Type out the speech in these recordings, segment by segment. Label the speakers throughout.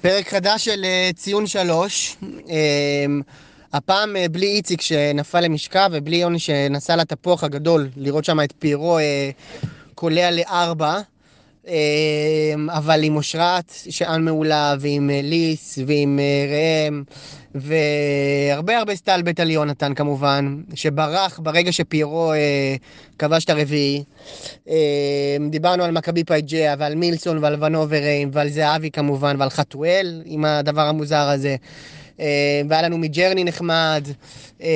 Speaker 1: פרק חדש של אה, ציון שלוש. אה, הפעם אה, בלי איציק שנפל למשקע ובלי יוני שנסע לתפוח הגדול, לראות שם את פירו אה, קולע לארבע. אה, אבל עם אושרת, שען מעולה, ועם אה, ליס, ועם אה, ראם, והרבה הרבה סטלבט על יונתן כמובן, שברח ברגע שפיירו אה, כבש את הרביעי. אה, דיברנו על מכבי פייג'יה, ועל מילסון, ועל ונוברים, ועל זהבי כמובן, ועל חתואל, עם הדבר המוזר הזה. אה, והיה לנו מג'רני נחמד, אה,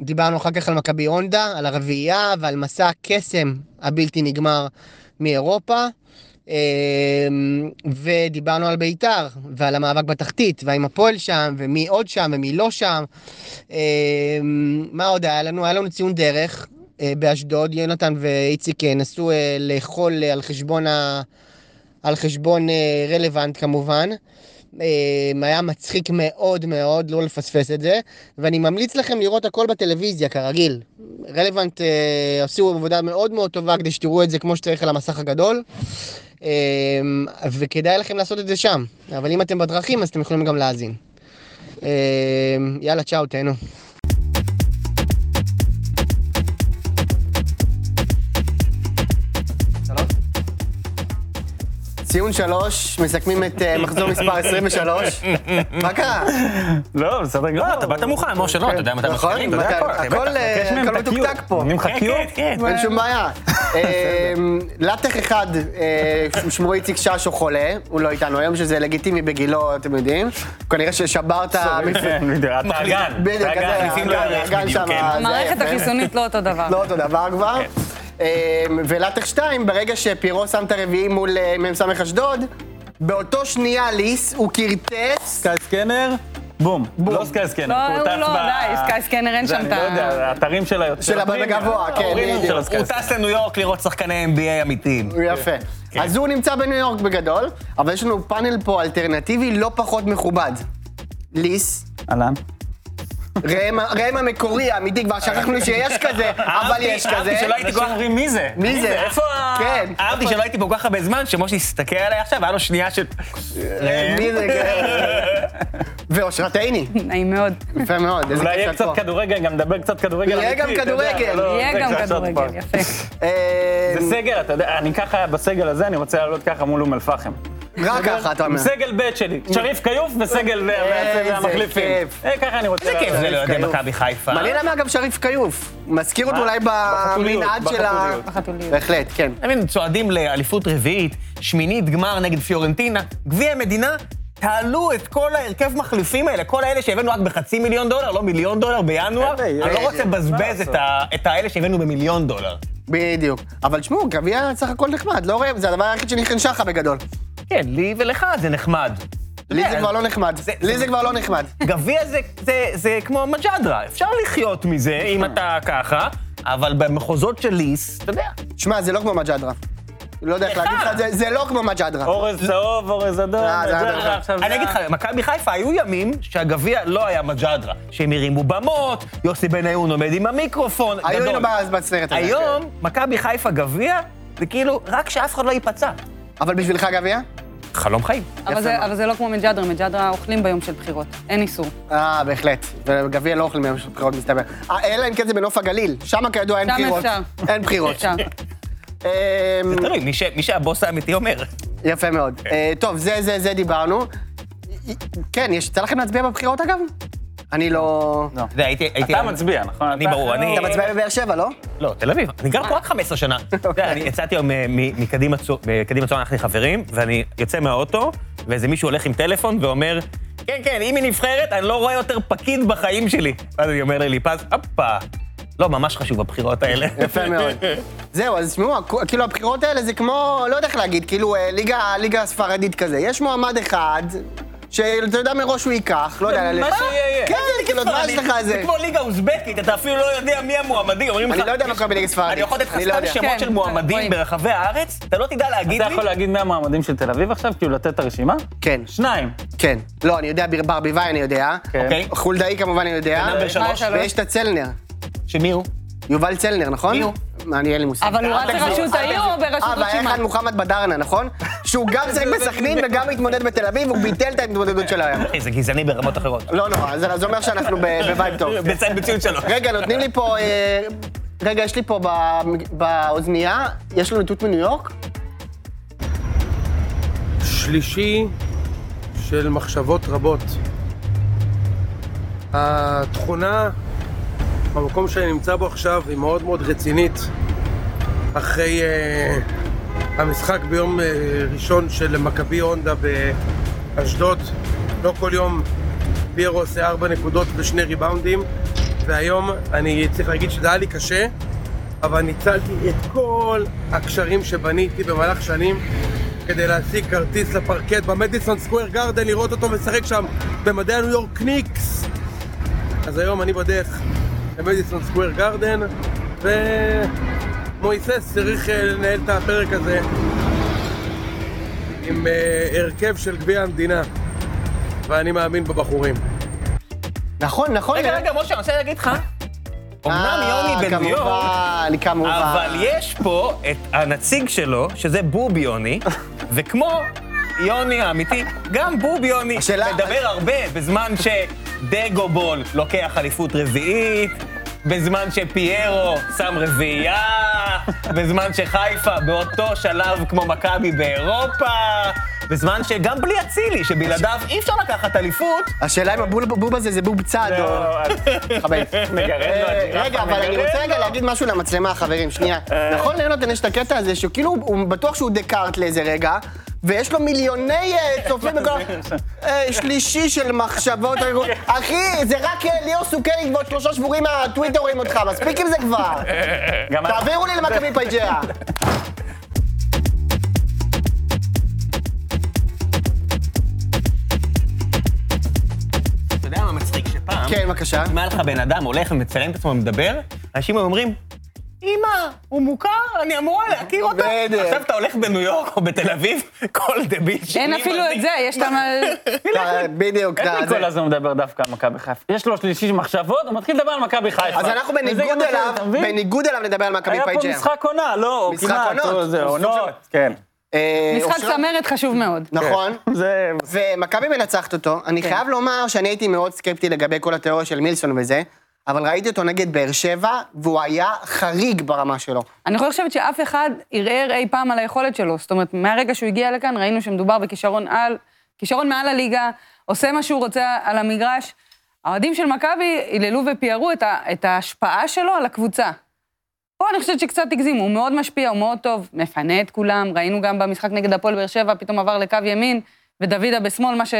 Speaker 1: דיברנו אחר כך על מכבי הונדה, על הרביעייה ועל מסע הקסם הבלתי נגמר מאירופה. אה, ודיברנו על בית"ר, ועל המאבק בתחתית, והאם הפועל שם, ומי עוד שם, ומי לא שם. אה, מה עוד היה לנו? היה לנו ציון דרך אה, באשדוד, יונתן ואיציק אה, נסעו אה, לאכול אה, על חשבון, ה... על חשבון אה, רלוונט כמובן. אה, היה מצחיק מאוד מאוד לא לפספס את זה, ואני ממליץ לכם לראות הכל בטלוויזיה כרגיל. רלוונט אה, עשו עבודה מאוד מאוד טובה כדי שתראו את זה כמו שצריך על המסך הגדול, אה, וכדאי לכם לעשות את זה שם, אבל אם אתם בדרכים אז אתם יכולים גם להאזין. אה, יאללה, צ'או, תהנו. ציון שלוש, מסכמים את אה, מחזור מספר 23. מה קרה?
Speaker 2: לא, בסדר גמור.
Speaker 3: לא, אתה באת מוכן, משה, לא, אתה יודע מתי
Speaker 1: נכון,
Speaker 3: מתחילים, אתה יודע
Speaker 1: מתי-
Speaker 3: הכל. אחי,
Speaker 1: הכל,
Speaker 3: בטח.
Speaker 1: אה,
Speaker 2: יש מהם
Speaker 1: הכל
Speaker 2: את הקיוב.
Speaker 1: מתוקתק פה.
Speaker 2: נותנים לך קיוב?
Speaker 3: כן, כן.
Speaker 1: אין שום בעיה. אה, לטח אחד, אה, שמו איציק ששו חולה, הוא לא איתנו היום, שזה לגיטימי בגילו, אתם יודעים. כנראה ששברת...
Speaker 2: כן, בדיוק, אתה הגן.
Speaker 1: בדיוק,
Speaker 2: אתה הגן.
Speaker 1: הגן-
Speaker 3: מחליפים לארח
Speaker 1: הגן
Speaker 3: בדיוק,
Speaker 1: שם,
Speaker 3: כן.
Speaker 1: זה היה
Speaker 4: המערכת
Speaker 1: יפה.
Speaker 4: החיסונית לא אותו דבר.
Speaker 1: לא אותו דבר כבר. אה, ולטח 2, ברגע שפירו שם את הרביעי מול אה, מ"ס אשדוד, באותו שנייה ליס, הוא כרטס,
Speaker 2: סקאי סקנר, בום.
Speaker 1: בום.
Speaker 2: לא סקאי סקנר.
Speaker 4: לא,
Speaker 2: הוא
Speaker 4: הוא
Speaker 2: טס
Speaker 4: לא,
Speaker 2: ב-
Speaker 4: די, סקאי סקנר, אין
Speaker 2: זה,
Speaker 4: שם
Speaker 2: אני
Speaker 4: את
Speaker 2: לא
Speaker 4: ה-
Speaker 2: יודע, האתרים של ה...
Speaker 1: של הבד הגבוה, כן,
Speaker 2: ההורים
Speaker 1: בדיוק.
Speaker 2: של הסקאי
Speaker 3: הוא
Speaker 2: סקנר.
Speaker 3: טס לניו יורק לראות שחקני NBA אמיתיים.
Speaker 1: הוא יפה.
Speaker 3: כן.
Speaker 1: אז הוא נמצא בניו יורק בגדול, אבל יש לנו פאנל פה אלטרנטיבי לא פחות מכובד. ליס,
Speaker 2: אהלן.
Speaker 1: ראם ראם המקורי האמיתי, כבר שכחנו שיש כזה, אבל
Speaker 3: אהבתי,
Speaker 1: יש
Speaker 3: אהבתי
Speaker 1: כזה.
Speaker 3: שלא הייתי
Speaker 2: אנשים אומרים מי זה?
Speaker 1: מי זה?
Speaker 3: איפה ה...
Speaker 1: כן.
Speaker 3: אהבתי שלא הייתי פה כל כך הרבה זמן, שמשה הסתכל עליי עכשיו, היה לו שנייה של... כן.
Speaker 1: מי זה? ואושרת עיני,
Speaker 4: נעים מאוד.
Speaker 1: יפה מאוד, איזה
Speaker 2: אולי
Speaker 1: כיף
Speaker 2: יהיה
Speaker 1: שאת
Speaker 2: קצת
Speaker 1: פה.
Speaker 2: כדורגל, גם נדבר קצת כדורגל.
Speaker 1: יהיה
Speaker 2: אמיתי,
Speaker 1: גם
Speaker 2: אתה יודע,
Speaker 1: כדורגל.
Speaker 2: לא,
Speaker 4: יהיה
Speaker 2: זה
Speaker 4: גם
Speaker 2: קצת
Speaker 4: כדורגל,
Speaker 2: פה.
Speaker 4: יפה.
Speaker 1: אה,
Speaker 2: זה סגל, אתה יודע, אני ככה, בסגל הזה אני רוצה לעלות ככה מול אום אל-פחם.
Speaker 1: רק ככה, אתה אומר.
Speaker 2: סגל ב' שלי, שריף כיוף וסגל
Speaker 1: איזה
Speaker 2: והמחליפים.
Speaker 1: כיף.
Speaker 2: אה, ככה אני רוצה...
Speaker 3: איזה כיף זה
Speaker 2: לעלות.
Speaker 3: לאוהדי
Speaker 1: כיום.
Speaker 3: מכבי חיפה.
Speaker 1: מעניין למה גם שריף כיוף. מזכיר אותו
Speaker 2: מה?
Speaker 1: אולי
Speaker 2: בחתוליות,
Speaker 1: במנעד של ה...
Speaker 2: בחתוליות.
Speaker 4: בחתוליות.
Speaker 1: בהחלט, כן.
Speaker 3: אתה מבין, צועדים לאליפות רביעית, שמינית גמר נגד פיורנטינה, גביע מדינה, תעלו את כל ההרכב מחליפים האלה, כל האלה שהבאנו רק בחצי מיליון דולר, לא מיליון דולר בינואר,
Speaker 2: אין לי,
Speaker 3: אני
Speaker 2: אין
Speaker 3: לא רוצה
Speaker 2: לי. מה
Speaker 3: לבזבז
Speaker 2: לעשות?
Speaker 3: את ה- את האלה שהבאנו במיליון דולר.
Speaker 1: בדיוק.
Speaker 3: כן,
Speaker 1: אבל תשמעו, גביע סך הכל נחמד, לא ראם? זה הדבר היחיד שניחן שחה בגדול.
Speaker 3: כן, לי ולך זה נחמד.
Speaker 1: לי זה
Speaker 3: כן.
Speaker 1: כבר לא נחמד.
Speaker 3: זה-
Speaker 1: לי
Speaker 3: זה-
Speaker 1: זה כבר לא נחמד.
Speaker 3: גביע זה, זה, זה כמו מג'דרה, אפשר לחיות מזה אם אתה ככה, אבל במחוזות של ליס, אתה יודע.
Speaker 1: שמע, זה לא כמו מג'דרה. לא יודע איך
Speaker 3: לך.
Speaker 1: להגיד לך את זה, זה לא כמו מג'דרה.
Speaker 2: אורז צהוב, אורז אדום,
Speaker 1: אה, זה היה
Speaker 2: מג'דרה,
Speaker 1: דרך אגב.
Speaker 2: עכשיו זה
Speaker 3: אני אגיד לך,
Speaker 2: היה-
Speaker 3: מכבי חיפה היו ימים שהגביע לא היה מג'דרה, שהם הרימו במות, יוסי בניון עומד עם המיקרופון,
Speaker 1: היו
Speaker 3: אוקיי, גדול.
Speaker 1: היינו באז- בסרט הזה.
Speaker 3: היום, מכבי חיפה גביע, זה כאילו רק שאף אחד לא ייפצע.
Speaker 1: כן. אבל בשבילך גביע?
Speaker 3: חלום חיים.
Speaker 4: אבל זה-
Speaker 1: מאוד.
Speaker 4: אבל זה לא כמו מג'דרה, מג'דרה אוכלים ביום של בחירות, אין איסור.
Speaker 1: אה, בהחלט. וגביע לא אוכלים ביום של בחירות, מסתבר. אה, אלא אם כן זה בנוף הגליל. שם כידוע אין
Speaker 4: שם
Speaker 1: בחירות.
Speaker 4: אפשר.
Speaker 1: אין בחירות.
Speaker 4: אפשר.
Speaker 1: אמ,
Speaker 3: תראי, מי ש- מי שהבוס האמיתי אומר.
Speaker 1: יפה מאוד. אה, טוב, זה, זה, זה דיברנו. אה, כן, יש- יצא לכם להצביע בבחירות אגב? אני לא...
Speaker 2: לא.
Speaker 3: אתה יודע, הייתי... הייתי-
Speaker 2: אתה מצביע, נכון?
Speaker 3: אני
Speaker 2: אתה
Speaker 3: ברור,
Speaker 2: אחרי-
Speaker 3: אני-
Speaker 1: אתה מצביע בבאר שבע, לא?
Speaker 3: לא, תל אביב. אני
Speaker 1: אה.
Speaker 3: גר פה רק 15 שנה.
Speaker 1: אוקיי.
Speaker 3: אתה יודע, אני יצאתי היום אה, מ- מקדימה צו- אה, מקדימה צורן, אנחנו חברים, ואני יוצא מהאוטו, ואיזה מישהו הולך עם טלפון ואומר, כן, כן, אם היא נבחרת, אני לא רואה יותר פקיד בחיים שלי. ואז אני אומר לליפז, הופה, לא ממש חשוב הבחירות האלה.
Speaker 1: יפה מאוד. זהו, אז תשמעו, הכ- כאילו הבחירות האלה זה כמו, לא יודע איך להגיד, כאילו אה, ליגה, ליגה ספרדית כזה. יש מועמד אחד, שאתה יודע מראש הוא ייקח, לא יודע,
Speaker 3: מה
Speaker 1: ללכת-
Speaker 3: שיהיה, יהיה.
Speaker 1: כן, כאילו, מה יש לך
Speaker 3: זה
Speaker 1: זה?
Speaker 3: כמו ליגה אוזבקית, אתה אפילו לא יודע מי המועמדים. אומרים לך,
Speaker 1: אני לא יודע מה קורה בליגה ספרדית.
Speaker 3: אני יכול לתת לך
Speaker 1: אני לא
Speaker 3: סתם
Speaker 1: יודע.
Speaker 3: שמות
Speaker 4: כן,
Speaker 3: של מועמדים
Speaker 4: רואים.
Speaker 3: ברחבי הארץ, אתה לא תדע להגיד
Speaker 2: אתה
Speaker 3: לי.
Speaker 2: יכול להגיד מי המועמדים של תל אביב עכשיו? כאילו לתת את הרשימה?
Speaker 1: כן,
Speaker 2: שניים.
Speaker 1: כן. לא, אני יודע, בר- ברביבאי אני יודע.
Speaker 2: כן.
Speaker 3: אוקיי.
Speaker 1: חולדאי כמובן אני יודע.
Speaker 3: ונאמבר
Speaker 4: אה,
Speaker 3: שלוש.
Speaker 1: ויש את הצלנר.
Speaker 3: שמי הוא?
Speaker 1: יובל צלנר, נכון?
Speaker 3: מי הוא?
Speaker 1: מה, אני אין לי מושג.
Speaker 4: אבל הוא רץ לראשות העיר או
Speaker 1: אה,
Speaker 4: בראשות
Speaker 1: והיה
Speaker 4: רשימה?
Speaker 1: אחד מוחמד בדארנה, נכון?
Speaker 5: שהוא גם שיחק בסכנין וגם התמודד בתל אביב, הוא ביטל את ההתמודדות שלו היום.
Speaker 3: אחי, זה גזעני ברמות אחרות.
Speaker 5: לא נורא, אז זה אומר שאנחנו ב- בווייב טוב.
Speaker 3: בצד בציון שלוש.
Speaker 5: רגע, נותנים לי פה... אה, רגע, יש לי פה ב- באוזנייה, יש לנו איתות מניו יורק?
Speaker 6: שלישי של מחשבות רבות. התכונה במקום שאני נמצא בו עכשיו היא מאוד מאוד רצינית אחרי אה, המשחק ביום אה, ראשון של מכבי הונדה באשדוד. לא כל יום פיירו עושה ארבע נקודות ושני ריבאונדים והיום אני צריך להגיד שזה היה לי קשה אבל ניצלתי את כל הקשרים שבניתי במהלך שנים כדי להשיג כרטיס לפרקט במדיסון סקוויר גרדן, לראות אותו משחק שם במדעי הניו יורק ניקס. אז היום אני בדרך למדיסון סקוויר גרדן, ומויסס צריך אה, לנהל את הפרק הזה עם אה, הרכב של גביע המדינה, ואני מאמין בבחורים.
Speaker 5: נכון, נכון. אה,
Speaker 3: רגע, רגע, משה, אני רוצה להגיד לך. אמנם יוני בן ליאור,
Speaker 5: כמובן, כמובן.
Speaker 3: אבל יש פה את הנציג שלו, שזה בובי יוני, וכמו יוני האמיתי, גם בובי יוני
Speaker 5: השאלה-
Speaker 3: מדבר הרבה בזמן שדגובול לוקח אליפות רביעית. בזמן שפיירו שם רביעייה, בזמן שחיפה באותו שלב כמו מכבי באירופה, בזמן שגם בלי אצילי, שבלעדיו אי אפשר לקחת אליפות,
Speaker 5: השאלה אם הבוב הזה זה בוב צד או... חבל.
Speaker 2: מגרד לא. לו, הג'ירפה
Speaker 5: אה, רגע, אבל אני
Speaker 2: מגרד
Speaker 5: רוצה
Speaker 2: לו.
Speaker 5: רגע
Speaker 2: אה.
Speaker 5: להגיד משהו למצלמה, חברים, שנייה. נכון ליונתן יש את הקטע הזה שהוא כאילו, הוא בטוח שהוא דקארט לאיזה רגע, ויש לו מיליוני אה, צופים בכל... אה, שלישי של מחשבות. אחי, זה רק אה, ליאור סוכניק ועוד שלושה שבורים מהטוויטר רואים אותך, מספיק עם זה כבר.
Speaker 2: גם
Speaker 1: אה,
Speaker 2: את-
Speaker 5: תעבירו לי למכבי פייג'יה.
Speaker 3: אתה יודע מה מצחיק? שפעם,
Speaker 5: כן, בבקשה.
Speaker 3: אם היה לך בן אדם הולך ומצלם את עצמו ומדבר, אנשים היו אומרים, אמא, הוא מוכר, אני אמורה להכיר אותו.
Speaker 5: בדיוק.
Speaker 3: עכשיו אתה הולך בניו יורק או בתל אביב, כל דביל שני.
Speaker 4: אין אפילו את זה, יש את ה...
Speaker 5: אה, בדיוק.
Speaker 2: איך
Speaker 5: אה, זה-
Speaker 2: ניקולז לא מדבר דווקא על מכבי חיפה? יש לו שלישי של מחשבות, הוא מתחיל לדבר על מכבי חיפה.
Speaker 5: אז אנחנו
Speaker 2: וזה גם
Speaker 5: בניגוד
Speaker 2: מה ש-
Speaker 5: אליו,
Speaker 2: אתה מבין?
Speaker 5: בניגוד אליו נדבר על מכבי
Speaker 2: היה פה
Speaker 5: פייג'יה.
Speaker 2: משחק עונה, לא, או
Speaker 5: משחק
Speaker 2: כמעט,
Speaker 5: עונות.
Speaker 2: או זה,
Speaker 5: הוא סוג
Speaker 2: עונות, כן.
Speaker 5: אה,
Speaker 4: משחק
Speaker 5: אושרה-
Speaker 4: צמרת חשוב מאוד.
Speaker 5: נכון.
Speaker 2: זה...
Speaker 5: ומכבי מנצחת אותו.
Speaker 3: כן.
Speaker 5: אני חייב לומר שאני הייתי מאוד סקפטי לגבי כל התיאוריה של מילסון וזה, אבל ראיתי אותו נגד באר שבע, והוא היה חריג ברמה שלו.
Speaker 4: אני לא חושבת שאף אחד ערער אי פעם על היכולת שלו. זאת אומרת, מהרגע שהוא הגיע לכאן, ראינו שמדובר בכישרון על, כישרון מעל הליגה, עושה מה שהוא רוצה על המגרש. האוהדים של מכבי היללו ופיארו את, ה, את ההשפעה שלו על הקבוצה. פה אני חושבת שקצת הגזימו, הוא מאוד משפיע, הוא מאוד טוב, מפנה את כולם, ראינו גם במשחק נגד הפועל באר שבע, פתאום עבר לקו ימין, ודוידה בשמאל, מה ש...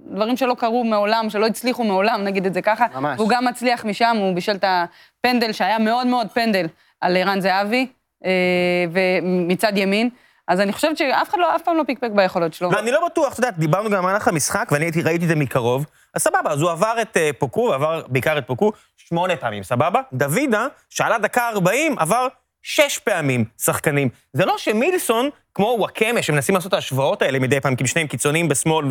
Speaker 4: דברים שלא קרו מעולם, שלא הצליחו מעולם, נגיד את זה ככה.
Speaker 5: ממש.
Speaker 4: והוא גם מצליח משם, הוא בישל את הפנדל, שהיה מאוד מאוד פנדל, על ערן זהבי, אה, ומצד ימין. אז אני חושבת שאף אחד לא, אף פעם לא פיקפק ביכולות שלו.
Speaker 3: ואני לא בטוח, אתה יודע, דיברנו גם במהלך המשחק, ואני הייתי, ראיתי את זה מקרוב, אז סבבה, אז הוא עבר את אה, פוקו, עבר בעיקר את פוקו, שמונה פעמים, סבבה? דוידה, שעלה דקה 40, עבר שש פעמים שחקנים. זה לא שמילסון, כמו וואקמה, שמנסים לעשות את ההשוואות האלה מדי פעם, כי שניהם קיצוניים בשמאל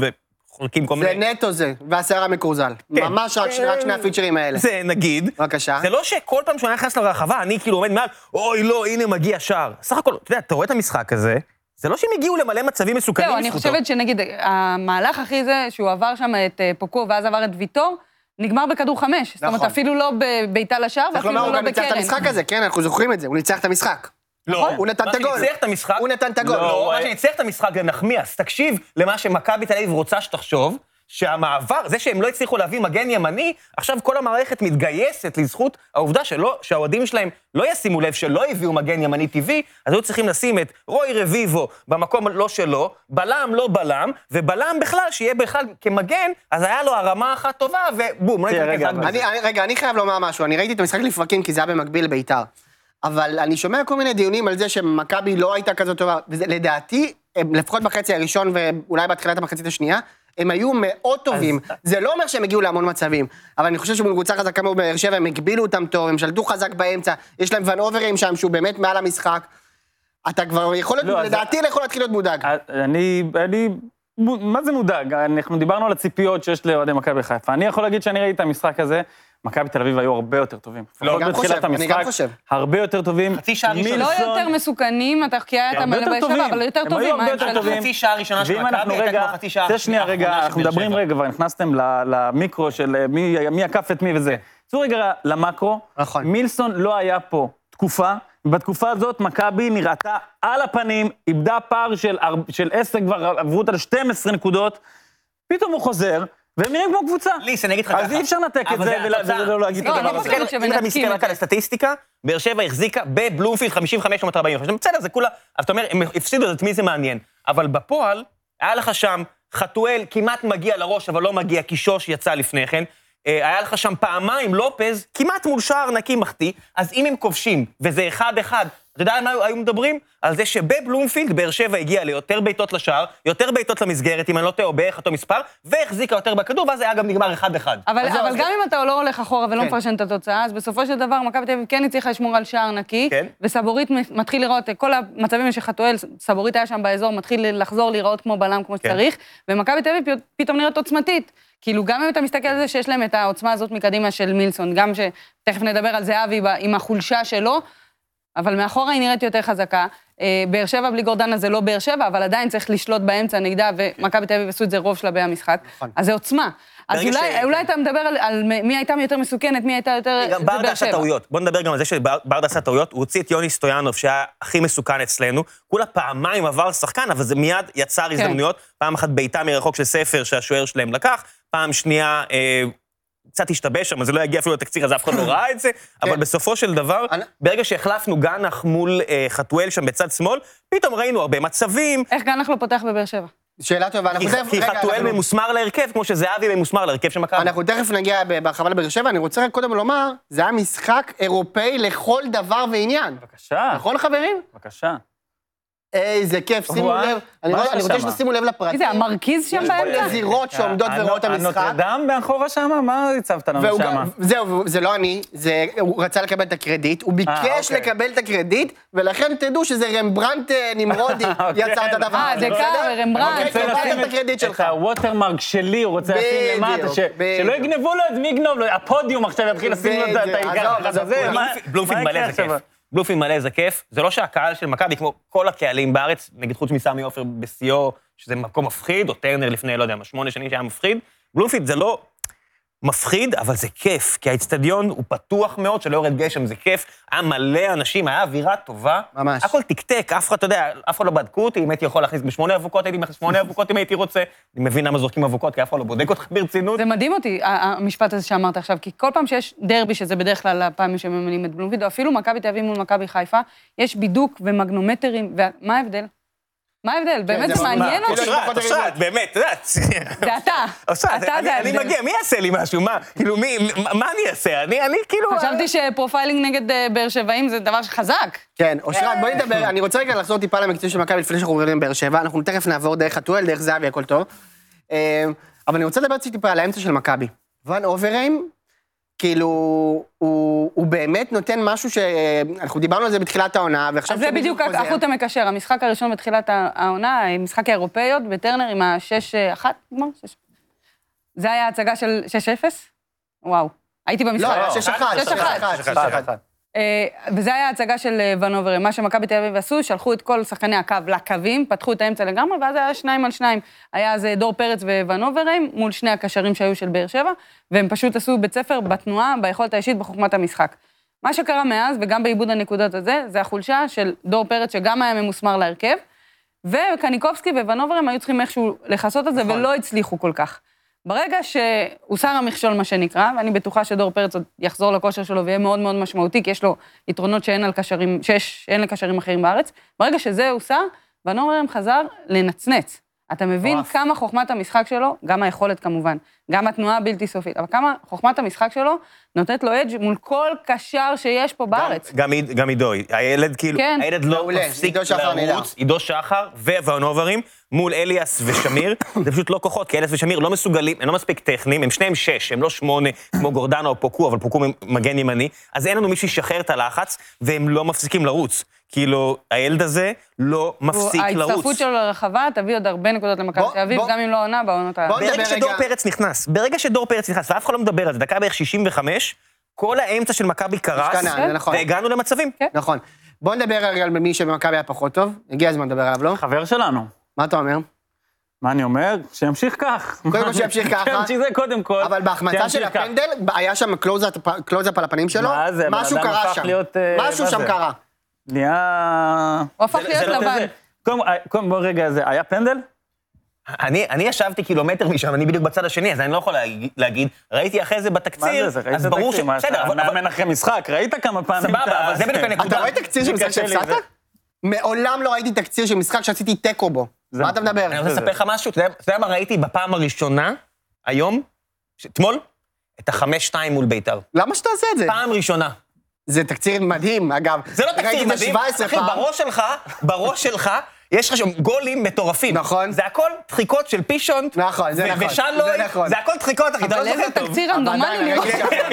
Speaker 3: וחולקים כל
Speaker 5: זה
Speaker 3: מיני...
Speaker 5: נטו זה, והשיער המקורזל. ממש רק שני- רק שני הפיצ'רים האלה.
Speaker 3: כן. זה נגיד.
Speaker 5: בבקשה.
Speaker 3: זה לא שכל פעם שאני נכנס לרחבה, אני כאילו עומד מעל, אוי, לא, הנה מגיע שער. סך הכל, אתה יודע, אתה רואה את המשחק הזה, זה לא שהם הגיעו למלא מצבים מסוכנים
Speaker 4: זהו, לא, אני חושבת שנגיד, המהלך הכי זה, שהוא עבר שם את אה, פוקו ואז עבר את ויטור, נגמר בכדור חמש. זאת אומרת,
Speaker 5: נכון.
Speaker 4: אפילו לא בבעיטה לשער
Speaker 5: צריך
Speaker 4: ואפילו
Speaker 5: לומר, הוא
Speaker 4: לא
Speaker 5: גם ניצח את
Speaker 4: בקרן.
Speaker 5: המשחק הזה, כן, אנחנו זוכרים את זה, הוא ניצח את המשחק.
Speaker 3: לא,
Speaker 5: הוא נתן את הגול.
Speaker 3: מה שניצח את המשחק...
Speaker 5: הוא נתן את הגול.
Speaker 3: לא,
Speaker 5: לא,
Speaker 3: מה שניצח את המשחק זה נחמיאס. תקשיב למה שמכבי תל אביב רוצה שתחשוב, שהמעבר, זה שהם לא הצליחו להביא מגן ימני, עכשיו כל המערכת מתגייסת לזכות העובדה שלא, שהאוהדים שלהם לא ישימו לב שלא הביאו מגן ימני טבעי, אז היו צריכים לשים את רוי רביבו במקום לא שלו, בלם לא בלם, ובלם בכלל, שיהיה בכלל כמגן, אז היה לו הרמה אחת טובה, ובום, לא
Speaker 2: תראה,
Speaker 3: נתרכז
Speaker 2: רגע,
Speaker 3: רק בזה.
Speaker 5: אני, אני, רגע, אני חייב לומר משהו, אני ראיתי את המשחק לפרקים כי זה היה במקביל לביתר. אבל אני שומע כל מיני דיונים על זה שמכבי לא הייתה כזאת טובה, ולדעתי, לפחות בחצי הראשון ואולי בתחילת המחצית השנייה, הם היו מאוד טובים. זה לא אומר שהם הגיעו להמון מצבים, אבל אני חושב שמול קבוצה חזקה כמו באר שבע, הם הגבילו אותם טוב, הם שלטו חזק באמצע, יש להם ון אוברים שם שהוא באמת מעל המשחק. אתה כבר יכול להיות,
Speaker 2: לא, אז-
Speaker 5: לדעתי אתה יכול להתחיל להיות מודאג.
Speaker 2: אה, אני, אני, מו- מה זה מודאג? אנחנו דיברנו על הציפיות שיש לאוהדי מכבי חיפה. אני יכול להגיד שאני ראיתי את המשחק הזה, מכבי תל אביב היו הרבה יותר טובים.
Speaker 3: לא,
Speaker 2: לפחות
Speaker 5: גם
Speaker 2: בתחילת
Speaker 5: חושב, אני
Speaker 2: המשחק,
Speaker 5: גם חושב.
Speaker 2: הרבה יותר טובים.
Speaker 3: חצי שעה ראשונה.
Speaker 4: לא
Speaker 2: מילסון,
Speaker 4: יותר מסוכנים, אתה כי היה אתה
Speaker 5: כן.
Speaker 2: הרבה
Speaker 4: מלא
Speaker 2: יותר
Speaker 4: בישבה,
Speaker 2: טובים.
Speaker 4: אבל יותר
Speaker 2: הם היו
Speaker 4: טובים, מה
Speaker 2: הרבה
Speaker 4: הם
Speaker 2: יותר
Speaker 4: שלו?
Speaker 2: טובים.
Speaker 3: חצי שעה ראשונה של
Speaker 2: ואם אנחנו
Speaker 3: מכבי הייתה
Speaker 2: רגע,
Speaker 3: כמו חצי שעה
Speaker 2: זה שנייה רגע,
Speaker 3: האחרונה של
Speaker 2: אנחנו
Speaker 3: באר
Speaker 2: מדברים
Speaker 3: שבע.
Speaker 2: רגע, אבל נכנסתם ל- למיקרו של אה, מי- מי עקף את מי וזה. צאו רגע למקרו,
Speaker 5: נכון.
Speaker 2: מילסון לא היה פה תקופה, בתקופה הזאת מכבי נראתה על הפנים, איבדה פער של אר- של 10, כבר עברו אותה ל-12 נקודות, פתאום הוא חוזר, והם נראים כמו קבוצה.
Speaker 3: ליס, אני אגיד לך ככה.
Speaker 2: אז אי אפשר לנתק את
Speaker 3: אבל
Speaker 2: זה ול-
Speaker 3: התוצאה.
Speaker 2: ולא להגיד את
Speaker 4: לא,
Speaker 2: הדבר
Speaker 4: אני
Speaker 2: הזה.
Speaker 4: לא חושבת
Speaker 3: אם אתה
Speaker 4: שמנתקים
Speaker 3: מסתכל
Speaker 4: את
Speaker 3: רק
Speaker 4: זה.
Speaker 3: על הסטטיסטיקה, באר שבע החזיקה בבלומפילד 55 לעומת 40. עכשיו, בסדר, זה כולה... אז אתה אומר, הם הפסידו, אז את מי זה מעניין? אבל בפועל, היה לך שם חתואל כמעט מגיע לראש, אבל לא מגיע, כי שוש יצא לפני כן. אה, היה לך שם פעמיים לופז, כמעט מול שער נקי מחטיא, אז אם הם כובשים, וזה אחד-אחד, אתה יודע על מה היו- היו מדברים? על זה שבבלומפילד באר שבע הגיעה ליותר בעיטות לשער, יותר בעיטות למסגרת, אם אני לא טועה, או בערך אותו מספר, והחזיקה יותר בכדור, ואז היה גם נגמר אחד-אחד.
Speaker 4: אבל,
Speaker 3: אז זהו,
Speaker 4: אבל
Speaker 3: אז-
Speaker 4: גם אם אתה לא הולך אחורה ולא
Speaker 5: כן.
Speaker 4: מפרשן את התוצאה, אז בסופו של דבר מכבי תל אביב כן הצליחה לשמור על שער נקי,
Speaker 3: כן.
Speaker 4: וסבורית מתחיל לראות, כל המצבים שחתואל, סבורית היה שם באזור, מתחיל לחזור להיראות כמו בלם כמו
Speaker 3: כן.
Speaker 4: שצריך, ומכבי תל אביב פ- פתאום נראית עוצמתית. כאילו, גם אם אתה מסתכל על זה שיש להם את העוצמה הזאת מקדימה של מילסון, גם שתכף נדבר על זהבי ב- עם החולשה שלו, אבל מאחורה היא נראית יותר חזקה. אה, באר שבע בלי גורדנה זה לא באר שבע, אבל עדיין צריך לשלוט באמצע נגדה, ומכבי תל אביב עשו את זה רוב שלבי המשחק. אז זה עוצמה. אז
Speaker 3: ברגע
Speaker 4: אולי,
Speaker 3: ש-
Speaker 4: אולי אתה מדבר על, על מ- מי הייתה יותר מסוכנת, מי הייתה
Speaker 5: אה,
Speaker 4: יותר...
Speaker 3: גם
Speaker 4: זה
Speaker 3: ברדה
Speaker 4: באר
Speaker 3: עשה
Speaker 4: שבע.
Speaker 3: טעויות. בוא נדבר גם על זה שברדה עשה טעויות. הוא הוציא את יוני סטויאנוב, שהיה הכי מסוכן אצלנו. כולה פעמיים עבר שחקן, אבל זה מיד יצר
Speaker 5: כן.
Speaker 3: הזדמנויות. פעם אחת בעיטה מרחוק של ספר שהשוער שלהם לקח, פעם שנייה אה, קצת השתבש שם, אז זה לא יגיע אפילו לתקציר, אז אף אחד לא ראה את זה. אבל
Speaker 5: כן.
Speaker 3: בסופו של דבר,
Speaker 5: אנ-
Speaker 3: ברגע שהחלפנו גנח מול אה, חתואל שם בצד שמאל, פתאום ראינו הרבה מצבים,
Speaker 4: איך גנח לא פותח בבאר שבע?
Speaker 5: שאלה טובה, אנחנו
Speaker 3: כי-
Speaker 5: תכף...
Speaker 3: כי
Speaker 5: רגע,
Speaker 3: חתואל
Speaker 5: אנחנו-
Speaker 3: ממוסמר להרכב, כמו שזהבי ממוסמר להרכב של מכבי.
Speaker 5: אנחנו תכף נגיע ב- בהרחבה לבאר שבע, אני רוצה רק קודם לומר, זה היה משחק אירופאי לכל דבר ועניין.
Speaker 2: בבקשה,
Speaker 5: נכון, חברים?
Speaker 2: בבקשה.
Speaker 5: איזה כיף, שימו
Speaker 2: וואי,
Speaker 5: לב. אני
Speaker 2: מה
Speaker 5: לא-
Speaker 2: יש
Speaker 5: אני
Speaker 2: שם? כן. אה,
Speaker 5: רוצה שתשימו לב
Speaker 4: מי
Speaker 5: לפרטים.
Speaker 4: זה, המרכיז שם באמצע?
Speaker 5: זירות שעומדות ורואות את
Speaker 2: לא,
Speaker 5: המשחק.
Speaker 2: הנוטרדם מאחורה שמה? מה הצבת לנו
Speaker 5: והוא
Speaker 2: שמה?
Speaker 5: גם, זהו, והוא- זה לא אני, זה, הוא רצה לקבל את הקרדיט, הוא ביקש
Speaker 2: אוקיי.
Speaker 5: לקבל את הקרדיט, ולכן תדעו שזה רמברנט אה, נמרודי
Speaker 2: אוקיי.
Speaker 5: יצר את הדבר
Speaker 4: אה,
Speaker 5: הזה,
Speaker 4: זה
Speaker 5: בסדר?
Speaker 4: קאבר, רמברנט.
Speaker 2: רוצה
Speaker 5: אוקיי,
Speaker 4: אתה
Speaker 5: קיבלת
Speaker 2: לשים
Speaker 5: את הקרדיט
Speaker 2: את
Speaker 5: שלך.
Speaker 2: הווטרמרק שלי, הוא רוצה לשים
Speaker 5: בדיוק,
Speaker 2: למטה, ש- שלא
Speaker 5: בדיוק.
Speaker 2: יגנבו לו, אז מי יגנוב לו? הפודיום עכשיו יתחיל לשים לו את ה- את
Speaker 5: בדיוק,
Speaker 2: העיקר.
Speaker 5: עזוב, עזוב,
Speaker 2: הזה. מה-
Speaker 3: בלומפילד- בלומפילד
Speaker 2: מה יקרה
Speaker 3: מלא זה כיף.
Speaker 2: עכשיו?
Speaker 3: בלומפילד מלא זה כיף. זה לא שהקהל של מכבי, כמו כל הקהלים בארץ, נגיד חוץ מסמי עופר בשיאו, שזה מקום מפחיד, או טרנר לפני, לא יודע, מה, שמונה שנים שהיה מפחיד, בלומפילד זה לא מפחיד, אבל זה כיף, כי האצטדיון הוא פתוח מאוד, שלא יורד גשם, זה כיף. היה מלא אנשים, היה אווירה טובה.
Speaker 5: ממש.
Speaker 3: הכל תקתק, אף אחד, אתה יודע, אף אחד לא בדקו אותי, אם הייתי יכול להכניס בשמונה אבוקות, הייתי מכניס שמונה אבוקות אם הייתי רוצה. אני מבין למה זורקים אבוקות, כי אף אחד לא בודק אותך ברצינות.
Speaker 4: זה מדהים אותי, ה- ה- המשפט הזה שאמרת עכשיו, כי כל פעם שיש דרבי, שזה בדרך כלל הפעמים שממנים את בלומפילד, או אפילו מכבי תל אביב מול מכבי חיפה, יש בידוק ומגנומטרים, ומה ההבדל? מה ההבדל? באמת
Speaker 5: כן, זה
Speaker 4: זה
Speaker 5: ממש-
Speaker 4: מעניין
Speaker 5: מה,
Speaker 4: אותי.
Speaker 5: כאילו,
Speaker 3: אושרת, אושרת, באמת, את יודעת.
Speaker 4: זה אתה.
Speaker 3: עושה,
Speaker 4: אתה
Speaker 3: אני-
Speaker 4: זה
Speaker 3: אני
Speaker 4: ההבדל.
Speaker 3: מגיע, מי יעשה לי משהו? מה, כאילו, מי, מה- מה אני אעשה? אני, אני כאילו...
Speaker 4: חשבתי שפרופיילינג נגד אה, באר שבעים זה דבר חזק.
Speaker 5: כן,
Speaker 4: אה.
Speaker 5: אושרת, בואי נדבר, אני רוצה רגע לחזור טיפה למקצוע של מכבי לפני שאנחנו עוברים לבאר שבע, אנחנו תכף נעבור דרך חתואל, דרך זהבי, הכל טוב. אה, אבל אני רוצה לדבר טיפה על האמצע של מכבי. ון אוברהיים, כאילו, הוא הוא באמת נותן משהו ש... אנחנו דיברנו על זה בתחילת העונה, ועכשיו...
Speaker 4: אז זה
Speaker 5: כשמישהו
Speaker 4: בדיוק
Speaker 5: חוזר-
Speaker 4: החוט המקשר, המשחק הראשון בתחילת העונה, משחק האירופאיות בטרנר עם ה-6-1, נגמר? שש- זה היה הצגה של 6-0? וואו, הייתי במשחק.
Speaker 5: לא, היה שש אחד,
Speaker 4: שש
Speaker 5: שש
Speaker 4: אחד.
Speaker 5: אחד, שש אחד.
Speaker 4: אה, וזה היה הצגה של אה, ונוברים. מה שמכבי תל אביב עשו, שלחו את כל שחקני הקו לקווים, פתחו את האמצע לגמרי, ואז היה שניים על שניים. היה אז אה, דור פרץ וונוברים מול שני הקשרים שהיו של באר שבע, והם פשוט עשו בית ספר בתנועה, ביכולת האישית, בחוכמת המשחק. מה שקרה מאז, וגם בעיבוד הנקודות הזה, זה החולשה של דור פרץ, שגם היה ממוסמר להרכב, וקניקובסקי וונוברים היו צריכים איכשהו לכסות את זה, ולא הצליחו כל כך. ברגע שהוסר המכשול, מה שנקרא, ואני בטוחה שדור פרץ עוד יחזור לכושר שלו ויהיה מאוד מאוד משמעותי, כי יש לו יתרונות שאין, על קשרים, שיש, שאין לקשרים אחרים בארץ, ברגע שזה הוסר, ונורם חזר לנצנץ. אתה מבין
Speaker 2: מטורף.
Speaker 4: כמה חוכמת המשחק שלו, גם היכולת כמובן, גם התנועה הבלתי סופית, אבל כמה חוכמת המשחק שלו נותנת לו אדג' מול כל קשר שיש פה בארץ.
Speaker 3: גם, עיד- גם עידו, הילד כאילו,
Speaker 4: כן.
Speaker 3: הילד לא
Speaker 5: מעולה,
Speaker 3: מפסיק
Speaker 5: עידו שחר נהדר.
Speaker 3: לרוץ, עידו שחר ווונוברים, מול אליאס ושמיר, זה פשוט לא כוחות, כי אליאס ושמיר לא מסוגלים, הם לא מספיק טכניים, הם שניהם שש, הם לא שמונה, כמו גורדנה או פוקו, אבל פוקו מגן ימני, אז אין לנו מי שישחרר את הלחץ, והם לא מפסיקים לרוץ. כאילו, הילד הזה לא מפסיק
Speaker 4: ההצטרפות
Speaker 3: לרוץ.
Speaker 4: שלו לרחבה תביא עוד הרבה נקודות למכבי
Speaker 5: בוא-
Speaker 4: תל אביב,
Speaker 5: בוא-
Speaker 4: גם אם לא עונה בעונות ה...
Speaker 5: בוא נדבר
Speaker 3: ברגע שדור
Speaker 5: רגע-
Speaker 3: פרץ נכנס, ברגע שדור פרץ נכנס, ואף אחד לא מדבר על זה, דקה בערך 65, כל האמצע של מכבי קרס, כן,
Speaker 5: השתנה, זה נכון.
Speaker 3: והגענו למצבים.
Speaker 4: כן.
Speaker 5: נכון. בוא נדבר רגע על מי שבמכבי היה פחות טוב, הגיע הזמן לדבר עליו, לא?
Speaker 2: חבר שלנו.
Speaker 5: מה אתה אומר?
Speaker 2: מה אני אומר? שימשיך כך.
Speaker 5: קודם כל שימשיך ככה.
Speaker 2: שימשיך זה קודם כל.
Speaker 5: אבל בהחמצה של
Speaker 2: שימשיך כך.
Speaker 5: הפנדל, היה שם קלוז-אפ- קלוז-אפ על הפנים שלו,
Speaker 2: מה זה, הבן
Speaker 5: משהו
Speaker 2: אדם
Speaker 5: קרה
Speaker 2: הפך
Speaker 5: שם.
Speaker 2: להיות, אה,
Speaker 5: משהו
Speaker 2: מה
Speaker 5: שם
Speaker 2: זה?
Speaker 5: קרה.
Speaker 2: נהיה...
Speaker 4: הוא הפך
Speaker 3: זה-
Speaker 4: להיות
Speaker 3: זה לא-
Speaker 4: לבן.
Speaker 2: זה- קודם, אה, קודם, בוא רגע, זה היה פנדל?
Speaker 3: אני, אני ישבתי קילומטר משם, אני בדיוק בצד השני, אז אני לא יכול להגיד, להגיד ראיתי אחרי זה
Speaker 2: מה
Speaker 3: בתקציר,
Speaker 2: זה, זה ראית
Speaker 3: אז ברור ש...
Speaker 2: תקציב, מה,
Speaker 3: בסדר,
Speaker 2: אתה
Speaker 3: אבל... אבל-
Speaker 2: מאמן אחרי משחק, ראית כמה פעמים
Speaker 3: סבבה,
Speaker 2: את ה- כן,
Speaker 3: אבל זה בדיוק הנקודה.
Speaker 5: אתה רואה תקציר של
Speaker 2: זה
Speaker 5: משחק
Speaker 2: קשה לי,
Speaker 5: שהפסדת?
Speaker 2: זה-
Speaker 5: מעולם לא ראיתי תקציר של משחק שעשיתי תיקו בו.
Speaker 2: זה-
Speaker 5: מה אתה מדבר?
Speaker 3: אני רוצה
Speaker 2: זה-
Speaker 3: לספר לך משהו, אתה יודע- אתה יודע מה ראיתי בפעם הראשונה, היום, ש- אתמול? את החמש-שתיים מול בית"ר.
Speaker 5: למה שתעשה את זה?
Speaker 3: פעם ראשונה.
Speaker 5: זה תקציר מדהים, אגב.
Speaker 3: זה לא תקציר
Speaker 5: ראיתי את זה
Speaker 3: מדהים.
Speaker 5: 17
Speaker 3: אחי,
Speaker 5: פעם.
Speaker 3: בראש שלך, בראש שלך, יש לך שם גולים מטורפים.
Speaker 5: נכון.
Speaker 3: זה הכל דחיקות של פישונט.
Speaker 5: נכון, זה
Speaker 3: ו-
Speaker 5: נכון,
Speaker 3: ושלוי,
Speaker 5: זה נכון.
Speaker 3: זה הכל דחיקות, אחי, אתה לא
Speaker 4: אבל
Speaker 3: זוכר
Speaker 4: איזה
Speaker 3: טוב.
Speaker 4: תקציר רנדומלי
Speaker 5: עדיין,
Speaker 4: לראות.
Speaker 5: רגע,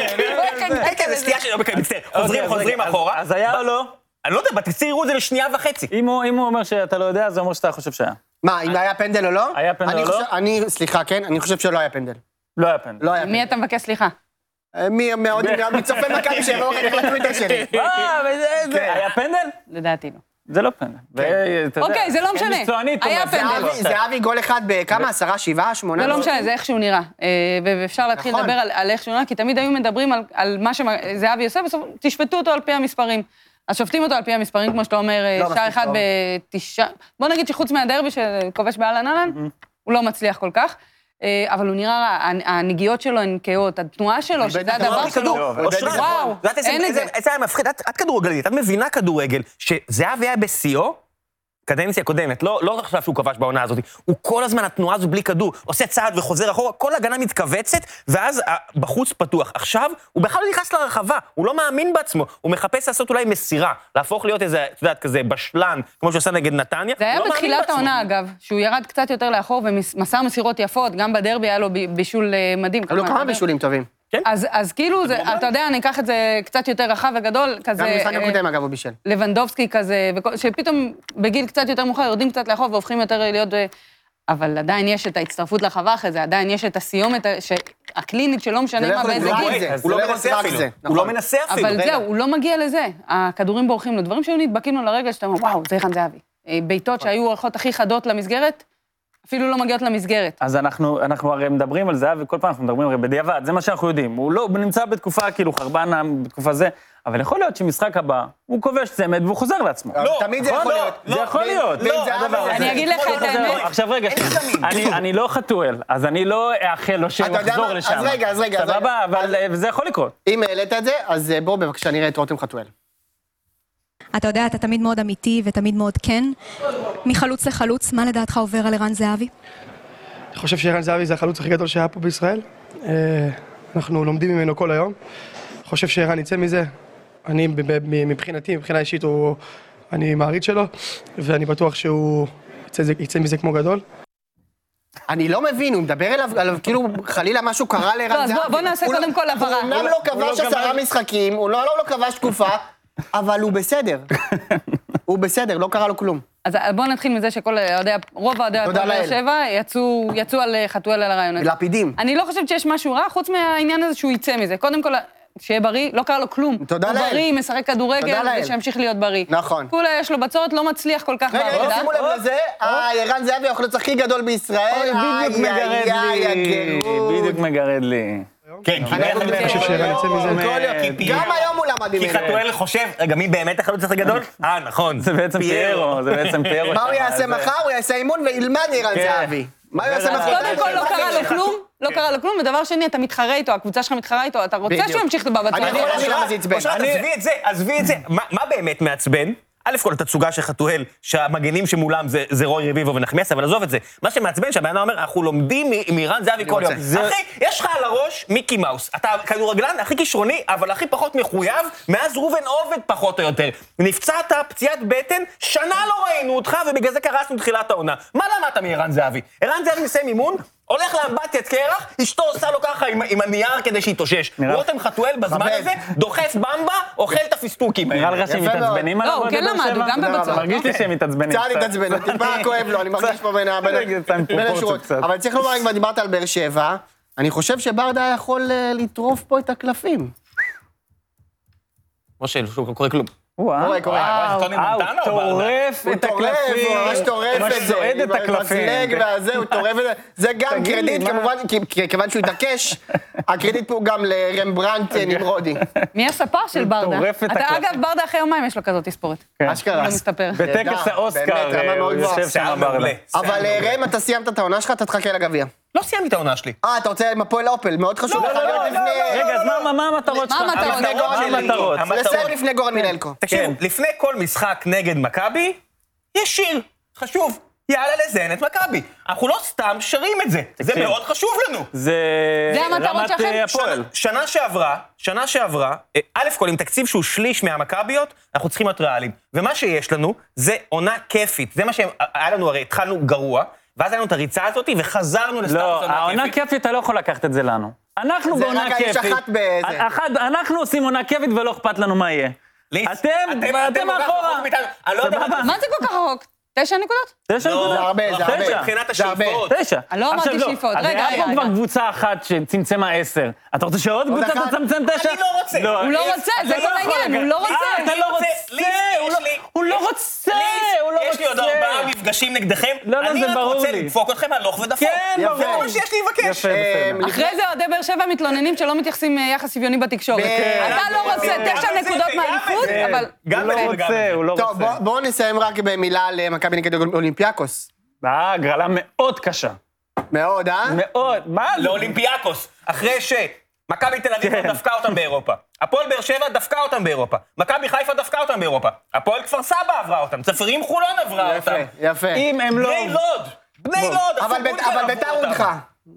Speaker 3: כן, כן, זה סטייה של... אוקיי, מצטער.
Speaker 2: אוקיי,
Speaker 3: חוזרים,
Speaker 2: אז
Speaker 3: חוזרים
Speaker 2: רגע,
Speaker 3: אחורה.
Speaker 2: אז- אז היה או
Speaker 3: ב-
Speaker 2: לא?
Speaker 3: אני לא יודע, בתקציר יראו את זה לשנייה וחצי.
Speaker 2: אם הוא אם הוא אומר שאתה לא יודע, זה אומר שאתה חושב שהיה.
Speaker 5: מה, אם היה פנדל או לא?
Speaker 2: היה פנדל
Speaker 5: אני
Speaker 2: או לא?
Speaker 5: חושב- אני, סליחה, כן, אני חושב שלא היה פנדל.
Speaker 2: לא היה פנדל.
Speaker 5: לא היה
Speaker 4: מי
Speaker 5: פנדל.
Speaker 4: אתה מבקש סליחה?
Speaker 5: אה, מי מאוד, מי צופה מכבי שיבואו אחר כך לטוויטר שלי.
Speaker 2: אה, וזה- זה-
Speaker 5: כן.
Speaker 2: היה פנדל?
Speaker 4: לדעתי לא.
Speaker 2: זה לא פנדל. ואתה יודע,
Speaker 4: אוקיי, זה לא משנה.
Speaker 2: אין מקצוענית,
Speaker 4: היה
Speaker 2: אומרת, זה
Speaker 4: פנדל.
Speaker 2: לא
Speaker 5: זהבי- זהבי גול אחד בכמה? עשרה, שבעה, שמונה?
Speaker 4: זה לא משנה, זה איך שהוא נראה. אה, ו- ואפשר להתחיל
Speaker 5: נכון.
Speaker 4: לדבר על- על איך שהוא נראה, כי תמיד היו מדברים על- על מה שזהבי עושה, בסוף תשפטו אותו על פי המספרים. אז שופטים אותו על פי המספרים, כמו שאתה אומר, אה,
Speaker 5: לא
Speaker 4: שער
Speaker 5: מספיק
Speaker 4: אחד
Speaker 5: טוב.
Speaker 4: בתשעה... בוא נגיד שחוץ מהדרבי שכובש באהלן אהלן, הוא לא מצליח כל כך, אה, אבל הוא נראה רע, הנ- הנגיעות שלו הן כהות, התנועה שלו, שזה הדבר
Speaker 3: אמרתי כדור, לא,
Speaker 4: שהוא...
Speaker 2: אבל-
Speaker 3: אושרת,
Speaker 4: וואו,
Speaker 3: וואו, את יודעת איזה-
Speaker 4: אין את
Speaker 3: איזה-
Speaker 4: זה.
Speaker 3: איזה היה מפחיד, את את כדורגלית, את מבינה כדורגל, שזהבי היה בשיאו, קדנציה קודמת, לא לא עכשיו שהוא כבש בעונה הזאת, הוא כל הזמן, התנועה הזו בלי כדור, עושה צעד וחוזר אחורה, כל הגנה מתכווצת, ואז ה- בחוץ פתוח. עכשיו, הוא בכלל לא נכנס לרחבה, הוא לא מאמין בעצמו, הוא מחפש לעשות אולי מסירה, להפוך להיות איזה, את יודעת, כזה בשלן, כמו שהוא עשה נגד נתניה,
Speaker 4: זה היה
Speaker 3: הוא לא מאמין
Speaker 4: בתחילת
Speaker 3: בעצמו.
Speaker 4: העונה, אגב, שהוא ירד קצת יותר לאחור ומסר מסירות יפות, גם בדרבי היה לו ב- בישול אה, מדהים.
Speaker 5: היו
Speaker 4: כלומר,
Speaker 5: לו לא, כמה
Speaker 4: אתה יודע-
Speaker 5: בישולים טובים.
Speaker 4: אז, אז כאילו, זה, אתה יודע, אני אקח את זה קצת יותר רחב וגדול, כזה...
Speaker 5: גם במשחק
Speaker 4: אה,
Speaker 5: הקודם, אגב, הוא בישל.
Speaker 4: לבנדובסקי כזה, וכל- שפתאום בגיל קצת יותר מאוחר יורדים קצת לאחור והופכים יותר להיות... אה, אבל עדיין יש את ההצטרפות לחווה אחרי זה, עדיין יש את הסיומת ה- ש- הקלינית שלא
Speaker 5: זה לא
Speaker 4: משנה מה
Speaker 5: יכול
Speaker 4: באיזה
Speaker 5: לבלום
Speaker 4: גיל.
Speaker 5: את זה.
Speaker 3: אז
Speaker 5: הוא
Speaker 3: זה
Speaker 5: לא
Speaker 3: לא
Speaker 5: מנסה
Speaker 3: יכול
Speaker 5: רק
Speaker 3: אפילו.
Speaker 5: זה,
Speaker 3: הוא לא
Speaker 5: נכון.
Speaker 3: מנסה אפילו.
Speaker 4: אבל
Speaker 3: רגע.
Speaker 4: זהו, הוא לא מגיע לזה. הכדורים בורחים לו, דברים שהיו נדבקים לו לרגל, שאתה אומר, וואו, זה ערן זהבי. אה, בעיטות
Speaker 5: נכון.
Speaker 4: שהיו הולכות הכי חדות למסגרת, אפילו לא מגיעות למסגרת.
Speaker 2: אז אנחנו, אנחנו הרי מדברים על זה, וכל פעם אנחנו מדברים הרי בדיעבד, זה מה שאנחנו יודעים. הוא לא, הוא נמצא בתקופה כאילו חרבן, בתקופה זה, אבל יכול להיות שמשחק הבא, הוא כובש צמד והוא חוזר לעצמו.
Speaker 5: לא, תמיד זה
Speaker 2: נכון?
Speaker 5: יכול
Speaker 2: לא,
Speaker 5: להיות.
Speaker 2: זה יכול
Speaker 5: בין-
Speaker 2: להיות.
Speaker 5: בין
Speaker 2: לא,
Speaker 5: זהבי
Speaker 2: הדבר
Speaker 5: לזה.
Speaker 2: הזה.
Speaker 4: אני אגיד לך את
Speaker 2: חוזר
Speaker 4: האמת.
Speaker 2: לעצמו. לא, עכשיו רגע, שנייה. אני- אני לא חתואל, אז אני לא אאחל לו שהוא
Speaker 5: יודע
Speaker 2: יחזור
Speaker 5: מה?
Speaker 2: לשם.
Speaker 5: אז רגע, אז רגע, אז רגע.
Speaker 2: סבבה, אבל אה, זה יכול לקרות.
Speaker 5: אם העלית את זה, אז אה, בוא בבקשה נראה את רותם חתואל.
Speaker 7: אתה יודע, אתה תמיד מאוד אמיתי ותמיד מאוד כן. מחלוץ לחלוץ, מה לדעתך עובר על ערן זהבי?
Speaker 8: אני חושב שערן זהבי זה החלוץ הכי גדול שהיה פה בישראל. אה, אנחנו לומדים ממנו כל היום. אני חושב שערן יצא מזה. אני ב- ב- מבחינתי, מבחינה אישית, הוא... אני מעריץ שלו, ואני בטוח שהוא יצא, יצא מזה כמו גדול.
Speaker 5: אני לא מבין, הוא מדבר אליו, עליו, כאילו חלילה משהו קרה לערן
Speaker 4: לא, אז בוא- בוא נעשה
Speaker 5: הוא לא-
Speaker 4: קודם כל הבהרה.
Speaker 5: הוא אומנם
Speaker 4: הוא
Speaker 5: לא כבש עשרה משחקים, הוא לא לא- לא כבש תקופה, אבל הוא בסדר. הוא בסדר, לא קרה לו כלום.
Speaker 4: אז בואו נתחיל מזה שכל אה, אוהדי, רוב אוהדי
Speaker 5: תודה
Speaker 4: הפועל באר
Speaker 5: לאל.
Speaker 4: שבע יצאו, יצאו על אה, חתואל על הרעיון הזה.
Speaker 5: לפידים.
Speaker 4: אני לא חושבת שיש משהו רע, חוץ מהעניין הזה שהוא יצא מזה. קודם כל, שיהיה בריא, לא קרה לו כלום.
Speaker 5: תודה לאל.
Speaker 4: הוא בריא, משחק
Speaker 5: תודה
Speaker 4: כדורגל,
Speaker 5: לאל.
Speaker 4: ושימשיך להיות בריא.
Speaker 5: נכון.
Speaker 4: כולה יש לו בצורת, לא מצליח כל כך
Speaker 5: רגע, רגע, שימו לב לזה, אה, ערן זהבי החלוץ הכי גדול בישראל.
Speaker 2: בדיוק
Speaker 5: אה, איי,
Speaker 2: מגרד
Speaker 5: איי,
Speaker 2: לי.
Speaker 5: הגרות.
Speaker 2: בדיוק מגרד לי.
Speaker 3: כן, כי
Speaker 5: אנחנו
Speaker 3: בדרך כלל-
Speaker 5: מדברים-
Speaker 8: אני חושב שערן יצא מזה...
Speaker 3: כל יום, כי פיירו-
Speaker 5: גם היום הוא למד
Speaker 3: כי
Speaker 5: ממנו.
Speaker 3: חתואל חושב, רגע, מי באמת החלוץ הכי גדול? אה, נכון.
Speaker 2: זה בעצם פיירו, אה, זה בעצם פיירו.
Speaker 5: מה הוא
Speaker 2: שם,
Speaker 5: יעשה
Speaker 2: אז-
Speaker 5: מחר? הוא יעשה אימון וילמד ערן
Speaker 2: כן.
Speaker 5: זהבי. מה הוא יעשה
Speaker 2: ערן
Speaker 5: מחר?
Speaker 4: קודם כל, לא קרה לו
Speaker 5: אני-
Speaker 4: כלום, לא קרה לו כלום, ודבר שני, אתה מתחרה איתו, הקבוצה שלך מתחרה איתו, אתה רוצה
Speaker 5: בדיוק.
Speaker 3: לא
Speaker 4: שהוא ימשיך בבצורת.
Speaker 5: אני יכול להבין למה זה עצבן.
Speaker 3: אושרת,
Speaker 5: אני-
Speaker 3: עזבי את זה, עזבי את זה. מה מה באמת מעצבן? א' כל התצוגה של חתואל, שהמגנים שמולם זה, זה רוי רביבו ונחמיאס, אבל עזוב את זה. מה שמעצבן, שהבן אדם אומר, אנחנו לומדים מ- מרן זהבי כל יום. אחי, יש לך על הראש מיקי מאוס. אתה הכדורגלן הכי כישרוני, אבל הכי פחות מחויב, מאז ראובן עובד פחות או יותר. נפצעת, פציעת בטן, שנה לא ראינו אותך, ובגלל זה קרסנו תחילת העונה. מה למדת מערן זהבי? ערן זהבי מסיים אימון, הולך לאמבטיית קרח, אשתו עושה לו ככה עם, עם הנייר כדי שיתאושש.
Speaker 2: נראה-
Speaker 3: רותם חתואל בזמן
Speaker 5: מכבד.
Speaker 3: הזה, דוחף במבה, אוכל את הפיסטוקים האלה.
Speaker 2: נראה לך שהם
Speaker 5: יפה מאוד.
Speaker 2: מתעצבנים עליו?
Speaker 4: לא, הוא
Speaker 2: אוהדי
Speaker 4: כן
Speaker 2: באר
Speaker 4: למד,
Speaker 2: שבע?
Speaker 4: הוא גם בבצורת,
Speaker 2: מרגיש לי
Speaker 4: אוקיי.
Speaker 2: שהם מתעצבנים.
Speaker 5: קצת התעצבן, הוא טיפה כואב לו, אני מרגיש פה בין ה- בין ה-
Speaker 2: רגע, קצת עם
Speaker 5: בין
Speaker 2: פרופורציות
Speaker 5: השורות.
Speaker 2: קצת.
Speaker 5: אבל צריך לומר, אם כבר דיברת על באר שבע, אני חושב שברדה היה יכול אה, לטרוף פה את הקלפים.
Speaker 3: משה, שוב, לא קורה כלום.
Speaker 2: וואו,
Speaker 5: קורה, קורה.
Speaker 2: וואו,
Speaker 3: אה, טוני
Speaker 2: אה, הוא
Speaker 3: מונטנה או
Speaker 2: טורף
Speaker 5: הוא
Speaker 2: את
Speaker 5: טורף,
Speaker 2: הקלפים.
Speaker 5: הוא ממש טורף את זה.
Speaker 2: סועד את
Speaker 5: עם
Speaker 2: הקלפים.
Speaker 5: המזלג והזה, הוא טורף את זה. זה גם
Speaker 2: תגיד לי,
Speaker 5: קרדיט,
Speaker 2: מה-
Speaker 5: כמובן, כי- כי- כיוון שהוא התעקש, הקרדיט פה הוא גם לרמברנט
Speaker 2: אוקיי.
Speaker 5: אה, נמרודי.
Speaker 4: מי הספר של ברדה?
Speaker 2: מטורף את
Speaker 4: אתה,
Speaker 2: הקלפים.
Speaker 4: אגב, ברדה אחרי יומיים יש לו כזאת תספורת.
Speaker 2: כן.
Speaker 4: הוא
Speaker 5: אשכרה.
Speaker 4: לא מסתפר.
Speaker 2: בטקס
Speaker 5: נהדר,
Speaker 2: האוסקר
Speaker 5: באמת, רמה
Speaker 2: אה, הוא
Speaker 5: מאוד גבוהה.
Speaker 2: יושב
Speaker 3: שיער
Speaker 2: שם ברדה.
Speaker 3: מעולה.
Speaker 5: אבל אה, ראם, אתה סיימת את העונה שלך, אתה תחכה לגביע. לא,
Speaker 3: לא סיימתי את העונה שלי.
Speaker 5: אה, אתה רוצה עם הפועל אופל, מאוד חשוב לך להיות לפני...
Speaker 2: רגע, אז מה- מה- מה המטרות
Speaker 4: מה
Speaker 2: שלך?
Speaker 4: המטרות?
Speaker 5: לפני
Speaker 4: רגע,
Speaker 5: גורן
Speaker 2: מה
Speaker 5: אלקו.
Speaker 2: המטרות?
Speaker 3: המטרות.
Speaker 5: לסיים לפני גורן מלנקו.
Speaker 3: תקשיבו,
Speaker 2: כן.
Speaker 3: לפני כל משחק נגד מכבי, יש שיר. חשוב. יאללה לזיין את מכבי. אנחנו לא סתם שרים את זה. זה
Speaker 2: תקשיב.
Speaker 3: מאוד חשוב לנו.
Speaker 2: זה
Speaker 4: זה המטרות
Speaker 2: רמת
Speaker 4: שלכם?
Speaker 2: אה,
Speaker 3: שנה-
Speaker 2: הפועל.
Speaker 3: שנה שעברה, שנה שעברה, אה, א' כל עם תקציב שהוא שליש מהמכביות, אנחנו צריכים להיות ריאליים. ומה שיש לנו זה עונה כיפית. זה מה שהיה לנו, הרי התחלנו גרוע, ואז היה לנו את הריצה הזאת, וחזרנו לסטטוס עונה
Speaker 2: לא,
Speaker 3: כיפית.
Speaker 2: העונה כיפית, אתה לא יכול לקחת את זה לנו. אנחנו
Speaker 5: זה
Speaker 2: בעונה
Speaker 5: רק-
Speaker 2: כיפית.
Speaker 5: יש אחת בזה.
Speaker 2: אחת- אנחנו עושים עונה כיפית ולא אכפת לנו מה יהיה.
Speaker 3: ליץ,
Speaker 2: אתם, אתם
Speaker 3: כל כך
Speaker 2: מאחורה.
Speaker 3: רחוק מאיתנו. אני לא יודע מה...
Speaker 2: סבבה.
Speaker 4: מה זה כל כך רחוק? תשע נקודות?
Speaker 2: תשע
Speaker 3: לא,
Speaker 5: זה
Speaker 2: נקודות.
Speaker 5: הרבה, זה
Speaker 2: תשע.
Speaker 5: הרבה.
Speaker 3: מבחינת
Speaker 5: זה הרבה.
Speaker 3: השאיפות.
Speaker 2: תשע.
Speaker 4: לא אמרתי
Speaker 2: עכשיו
Speaker 4: שאיפות.
Speaker 2: אז
Speaker 4: רגע,
Speaker 2: היה פה
Speaker 4: רגע,
Speaker 2: כבר
Speaker 4: רגע.
Speaker 2: קבוצה אחת שצמצמה עשר. אתה רוצה שעוד
Speaker 5: עוד
Speaker 2: קבוצה
Speaker 5: אחת?
Speaker 2: תצמצם תשע?
Speaker 3: אני לא רוצה.
Speaker 4: הוא לא רוצה,
Speaker 2: אתה
Speaker 4: זה
Speaker 2: לא
Speaker 4: כל
Speaker 2: יכול
Speaker 4: העניין,
Speaker 2: לקחת.
Speaker 4: הוא לא
Speaker 2: אה, אתה
Speaker 4: רוצה.
Speaker 2: לא רוצה,
Speaker 3: ליץ,
Speaker 2: הוא
Speaker 3: יש
Speaker 2: לא-
Speaker 3: לי-
Speaker 2: הוא לא
Speaker 3: יש-
Speaker 2: רוצה,
Speaker 3: ליץ,
Speaker 2: הוא לא
Speaker 3: יש לי עוד
Speaker 2: רוצה.
Speaker 3: ארבעה מפגשים נגדכם.
Speaker 2: לא, לא, זה ברור
Speaker 3: אני רק
Speaker 2: לי.
Speaker 3: רוצה לדפוק אתכם הלוך ודפוק.
Speaker 2: כן,
Speaker 5: יפה.
Speaker 2: ברור.
Speaker 3: זה כל מה שיש לי לבקש.
Speaker 2: יפה,
Speaker 5: אה,
Speaker 2: בסדר.
Speaker 4: אחרי זה אוהדי באר שבע מתלוננים שלא מתייחסים אה, יחס שוויוני בתקשורת.
Speaker 5: כן.
Speaker 4: אתה לא רוצה
Speaker 3: גם את זה
Speaker 4: תשע נקודות
Speaker 3: וגם את
Speaker 4: מהאליפות,
Speaker 3: זה.
Speaker 4: אבל...
Speaker 3: גם
Speaker 2: הוא לא
Speaker 3: את זה וגם את
Speaker 2: רוצה,
Speaker 3: זה.
Speaker 2: הוא לא
Speaker 5: טוב,
Speaker 2: רוצה.
Speaker 5: בוא- בואו נסיים רק במילה על אה, מכבי נגד אולימפיאקוס.
Speaker 2: אה, הגרלה מאוד קשה.
Speaker 5: מאוד, אה?
Speaker 2: מאוד. מה זה?
Speaker 3: לא לאולימפיאקוס, אחרי שמכבי תל אביב
Speaker 2: כן.
Speaker 3: דפקה אותם באירופה. הפועל באר שבע דפקה אותם באירופה. מכבי חיפה דפקה אותם באירופה. הפועל כפר סבא עברה אותם. צפרים חולון עברה
Speaker 5: יפה,
Speaker 3: אותם.
Speaker 5: יפה.
Speaker 2: אם הם לא...
Speaker 3: בני לוד! בני לוד!
Speaker 5: אבל
Speaker 3: הפועל
Speaker 5: בית-
Speaker 3: תל
Speaker 5: אבל
Speaker 3: אביב
Speaker 5: ביתר
Speaker 3: עברו אותם.
Speaker 5: הודחה.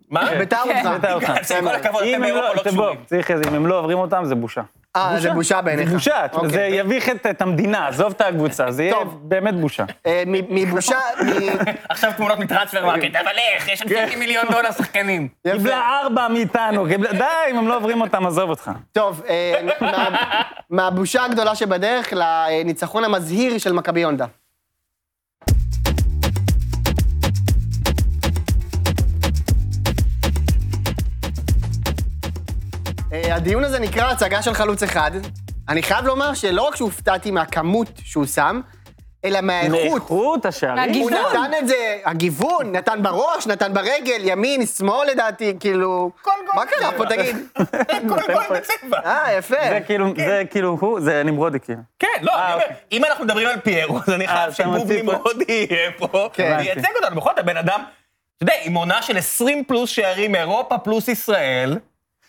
Speaker 3: מה?
Speaker 5: ביתר הודחה.
Speaker 2: בית"ר הודחה.
Speaker 3: כן. עם כל הכבוד,
Speaker 2: אם
Speaker 3: אתם
Speaker 2: הם
Speaker 3: באירופה
Speaker 2: לא...
Speaker 3: לא
Speaker 2: תבוא,
Speaker 3: קשורים.
Speaker 2: צריך איזה... אם הם לא עוברים אותם, זה בושה.
Speaker 5: אה, זה בושה בעיניך.
Speaker 2: זה בושה,
Speaker 5: אוקיי.
Speaker 2: זה יביך את את המדינה, עזוב את הקבוצה, זה יהיה
Speaker 5: טוב.
Speaker 2: באמת בושה.
Speaker 5: אה, מ- מבושה, מ-
Speaker 3: עכשיו תמונות מטרנספר
Speaker 5: אוקיי.
Speaker 3: מרקט, אבל איך, יש
Speaker 5: כן.
Speaker 3: לנו 30 מיליון דולר שחקנים.
Speaker 5: יפה.
Speaker 2: קיבלה ארבע מאיתנו, קיבלה- די, אם הם לא עוברים אותם, עזוב אותך.
Speaker 5: טוב, אה, מה- מהבושה הגדולה שבדרך לניצחון המזהיר של מכבי הונדה. אה, הדיון הזה נקרא הצגה של חלוץ אחד. אני חייב לומר שלא רק שהופתעתי מהכמות שהוא שם, אלא מהאיכות.
Speaker 2: איכות השערים.
Speaker 5: הוא
Speaker 4: הגיוון.
Speaker 5: נתן את זה, הגיוון, נתן בראש, נתן ברגל, ימין, שמאל לדעתי, כאילו... מה קרה פה, תגיד?
Speaker 3: כל גול בצבע.
Speaker 5: אה, יפה.
Speaker 2: זה כאילו, זה כאילו, הוא, זה נמרודי כאילו.
Speaker 3: כן, לא,
Speaker 5: אה,
Speaker 3: אני אומר,
Speaker 2: אוקיי.
Speaker 3: אם אנחנו מדברים על פיירו, אז אני
Speaker 2: אה,
Speaker 3: חייב
Speaker 2: אתה
Speaker 3: שבוב
Speaker 2: מוציא פה.
Speaker 3: נמרודי יהיה פה,
Speaker 5: כן.
Speaker 3: וייצג אותנו. בכל זאת, הבן אדם, אתה יודע, עם עונה של 20 פלוס שערים מאירופה פלוס ישראל,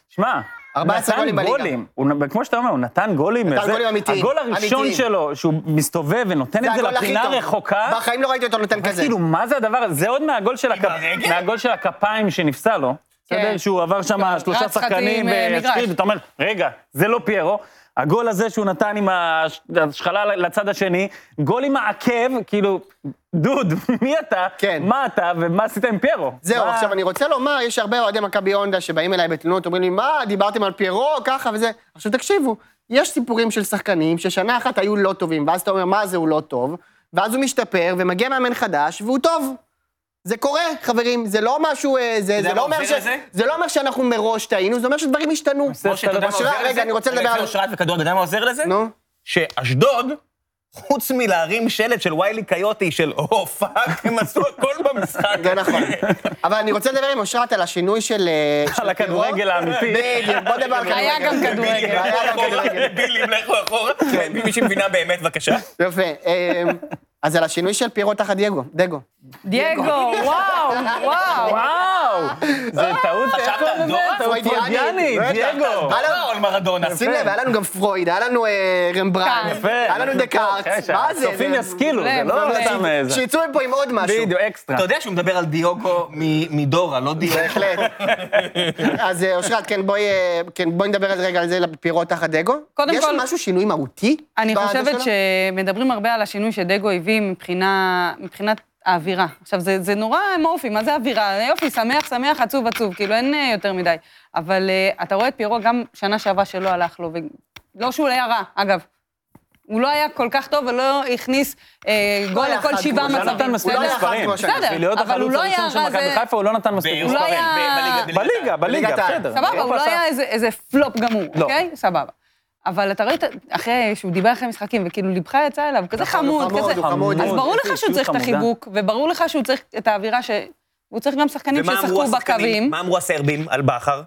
Speaker 2: שמע,
Speaker 5: 14 גולים
Speaker 2: נתן
Speaker 5: בליגה.
Speaker 2: גולים, הוא נ- כמו שאתה אומר, הוא נתן גולים.
Speaker 5: נתן
Speaker 2: וזה-
Speaker 5: גולים אמיתיים,
Speaker 2: הגול הראשון
Speaker 5: אמיתיים.
Speaker 2: שלו, שהוא מסתובב ונותן את זה
Speaker 5: הגול הכי
Speaker 2: לפינה
Speaker 5: טוב.
Speaker 2: הרחוקה,
Speaker 5: בחיים לא ראיתי אותו נותן כזה.
Speaker 2: כאילו, מה זה הדבר הזה? זה עוד מהגול של, הכפ...
Speaker 3: הרגל?
Speaker 2: מהגול של הכפיים שנפסל לו.
Speaker 4: כן.
Speaker 2: בסדר? שהוא עבר שם
Speaker 4: כן,
Speaker 2: שלושה
Speaker 4: רץ חצי
Speaker 2: שחקנים
Speaker 4: עם, אה, מגרש.
Speaker 2: והשחיד, אתה אומר, רגע, זה לא פיירו. הגול הזה שהוא נתן עם הש- השחלה לצד השני, גול עם העקב, כאילו, דוד, מי אתה?
Speaker 5: כן.
Speaker 2: מה אתה ומה עשית עם פיירו?
Speaker 5: זהו,
Speaker 2: מה-
Speaker 5: עכשיו אני רוצה לומר, יש הרבה אוהדי מכבי הונדה שבאים אליי בתלונות, אומרים לי, מה, דיברתם על פיירו, ככה וזה. עכשיו תקשיבו, יש סיפורים של שחקנים ששנה אחת היו לא טובים, ואז אתה אומר, מה זה, הוא לא טוב, ואז הוא משתפר, ומגיע מאמן חדש, והוא טוב. זה קורה, חברים, זה לא משהו, אה, זה, זה,
Speaker 3: יודע
Speaker 5: לא
Speaker 3: מה
Speaker 5: אומר
Speaker 3: עוזר
Speaker 5: ש...
Speaker 3: לזה?
Speaker 5: זה לא אומר שאנחנו מראש טעינו, זה אומר שדברים השתנו.
Speaker 3: משה, אתה יודע מה
Speaker 5: אשרת,
Speaker 3: עוזר לזה?
Speaker 5: רגע, כן, אני רוצה לדבר
Speaker 3: על...
Speaker 5: על-
Speaker 3: אשרת וכדורגל, אתה יודע מה עוזר לזה?
Speaker 5: נו.
Speaker 3: שאשדוד, חוץ מלהרים שלט של ויילי קיוטי, של או פאק, הם עשו הכל במשחק.
Speaker 5: זה נכון. אבל אני רוצה לדבר עם אושרת על השינוי של... אה, של
Speaker 2: על הכדורגל
Speaker 5: פיירו.
Speaker 2: האמיתי.
Speaker 5: בדיוק, בוא נדבר על כדורגל.
Speaker 4: היה גם
Speaker 3: בילי,
Speaker 4: כדורגל.
Speaker 5: היה גם כדורגל. כן.
Speaker 3: בילי, לכו אחורה. מי שמבינה באמת, בבקשה.
Speaker 5: יפה. אה, אז על השינוי של פיירו תחת דייגו, דגו.
Speaker 4: דייגו, וואו, וואו.
Speaker 2: וואו, זה טעות.
Speaker 3: חשבת על
Speaker 2: מרדונה, הוא פרדיאני, דייגו.
Speaker 5: בטח.
Speaker 3: לא, על מרדונה.
Speaker 5: שים לב, היה לנו גם פרויד, היה לנו אה, רמברן,
Speaker 4: קארט.
Speaker 2: יפה.
Speaker 5: היה לנו דקארט,
Speaker 2: יפה,
Speaker 5: מה זה?
Speaker 2: הצופים
Speaker 5: זה-
Speaker 2: כן, ישכילו, זה
Speaker 4: מעולה,
Speaker 2: לא
Speaker 4: מעולה.
Speaker 2: סתם איזה...
Speaker 5: שיצאו מפה עם עוד משהו.
Speaker 2: בדיוק, אקסטרה.
Speaker 3: אתה יודע שהוא מדבר על דיוגו מ- מדורה, לא דיוגו.
Speaker 5: בהחלט. אז אה, אושרת, כן, בואי, אה, כן, בואי נדבר על זה רגע על זה, על פירות תחת אגו.
Speaker 4: קודם
Speaker 5: יש
Speaker 4: כל-
Speaker 5: משהו, שינוי מהותי?
Speaker 4: אני
Speaker 5: בזה
Speaker 4: חושבת
Speaker 5: שלו?
Speaker 4: שמדברים הרבה על השינוי שדגו הביא מבחינה, מבחינת האווירה. עכשיו, זה, זה נורא אמורפי, מה זה אווירה? יופי, שמח, שמח, עצוב, עצוב, כאילו, אין אה, יותר מדי. אבל uh, אתה רואה את פירו גם שנה שעברה שלא הלך לו, ולא שהוא היה רע, אגב. הוא לא היה כל כך טוב ולא הכניס אה, גול
Speaker 5: היה
Speaker 4: לכל
Speaker 5: חד
Speaker 4: שבעה מצבים.
Speaker 5: כמו שנה.
Speaker 2: הוא לא נתן מספיק
Speaker 5: הוא לא היה
Speaker 2: מספרים.
Speaker 5: חד כמו שנה.
Speaker 4: בסדר,
Speaker 2: בשביל להיות
Speaker 4: אבל הוא
Speaker 2: החלוץ
Speaker 4: לא היה
Speaker 2: הראשון של
Speaker 4: רע,
Speaker 2: מכבי
Speaker 4: זה-
Speaker 2: חיפה, הוא לא נתן מספיק
Speaker 4: הוא לא
Speaker 2: מספרים.
Speaker 4: היה-
Speaker 2: בליגה, בליגה,
Speaker 5: בליגת העל.
Speaker 2: בסדר.
Speaker 4: סבבה, הוא לא
Speaker 2: עשה-
Speaker 4: היה איזה, איזה פלופ גמור,
Speaker 2: לא.
Speaker 4: אוקיי? סבבה. אבל אתה רואה, את ה- אחרי שהוא דיבר אחרי משחקים, וכאילו ליבך יצא אליו, כזה
Speaker 5: נכון, הוא
Speaker 4: חמוד,
Speaker 5: חמוד,
Speaker 4: כזה...
Speaker 5: הוא חמוד.
Speaker 4: אז ברור לך שהוא
Speaker 2: אישיות
Speaker 4: צריך את
Speaker 2: חמודה.
Speaker 4: החיבוק, וברור לך שהוא צריך את האווירה ש... הוא צריך גם שחקנים
Speaker 3: ומה אמרו
Speaker 4: שישחקו
Speaker 3: השחקנים?
Speaker 4: בקווים.
Speaker 3: מה אמרו הסרבים על בכר?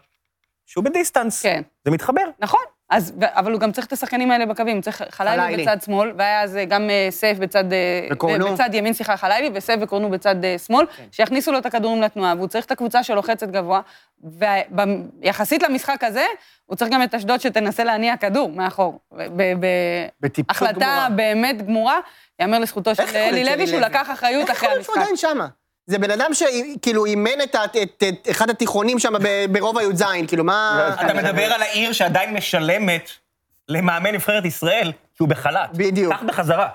Speaker 3: שהוא בדיסטנס.
Speaker 4: כן.
Speaker 3: זה מתחבר.
Speaker 4: נכון. אז, ו- אבל הוא גם צריך את השחקנים האלה בקווים, הוא צריך חליילי
Speaker 5: חלילי.
Speaker 4: בצד שמאל, והיה אז אה, גם אה, סייף בצד... אה,
Speaker 5: וקורנו. כן.
Speaker 4: ב- בצד ימין, סליחה, חליילי, וסייף וקורנו בצד אה, שמאל, שיכניסו לו את הכדורים לתנועה, והוא צריך את הקבוצה שלוחצת גבוה, ויחסית למשחק הזה, הוא צריך גם את אשדוד שתנסה להניע כדור מאחור. ב- ב-
Speaker 5: בטיפשות גמורה.
Speaker 4: החלטה באמת גמורה, יאמר לזכותו
Speaker 5: יכול
Speaker 4: של
Speaker 5: להיות
Speaker 4: אלי לוי
Speaker 5: שאלי
Speaker 4: שהוא
Speaker 5: לוי?
Speaker 4: לקח אחריות
Speaker 5: איך
Speaker 4: אחרי
Speaker 5: יכול להיות שהוא
Speaker 4: המשחק.
Speaker 5: עדיין שמה? זה בן אדם שכאילו אימן את, ה- את, את אחד התיכונים שם ב- ברובע י"ז, כאילו מה...
Speaker 3: אתה מדבר על העיר שעדיין משלמת למאמן נבחרת ישראל, כי הוא בחל"ת.
Speaker 5: בדיוק.
Speaker 3: קח בחזרה.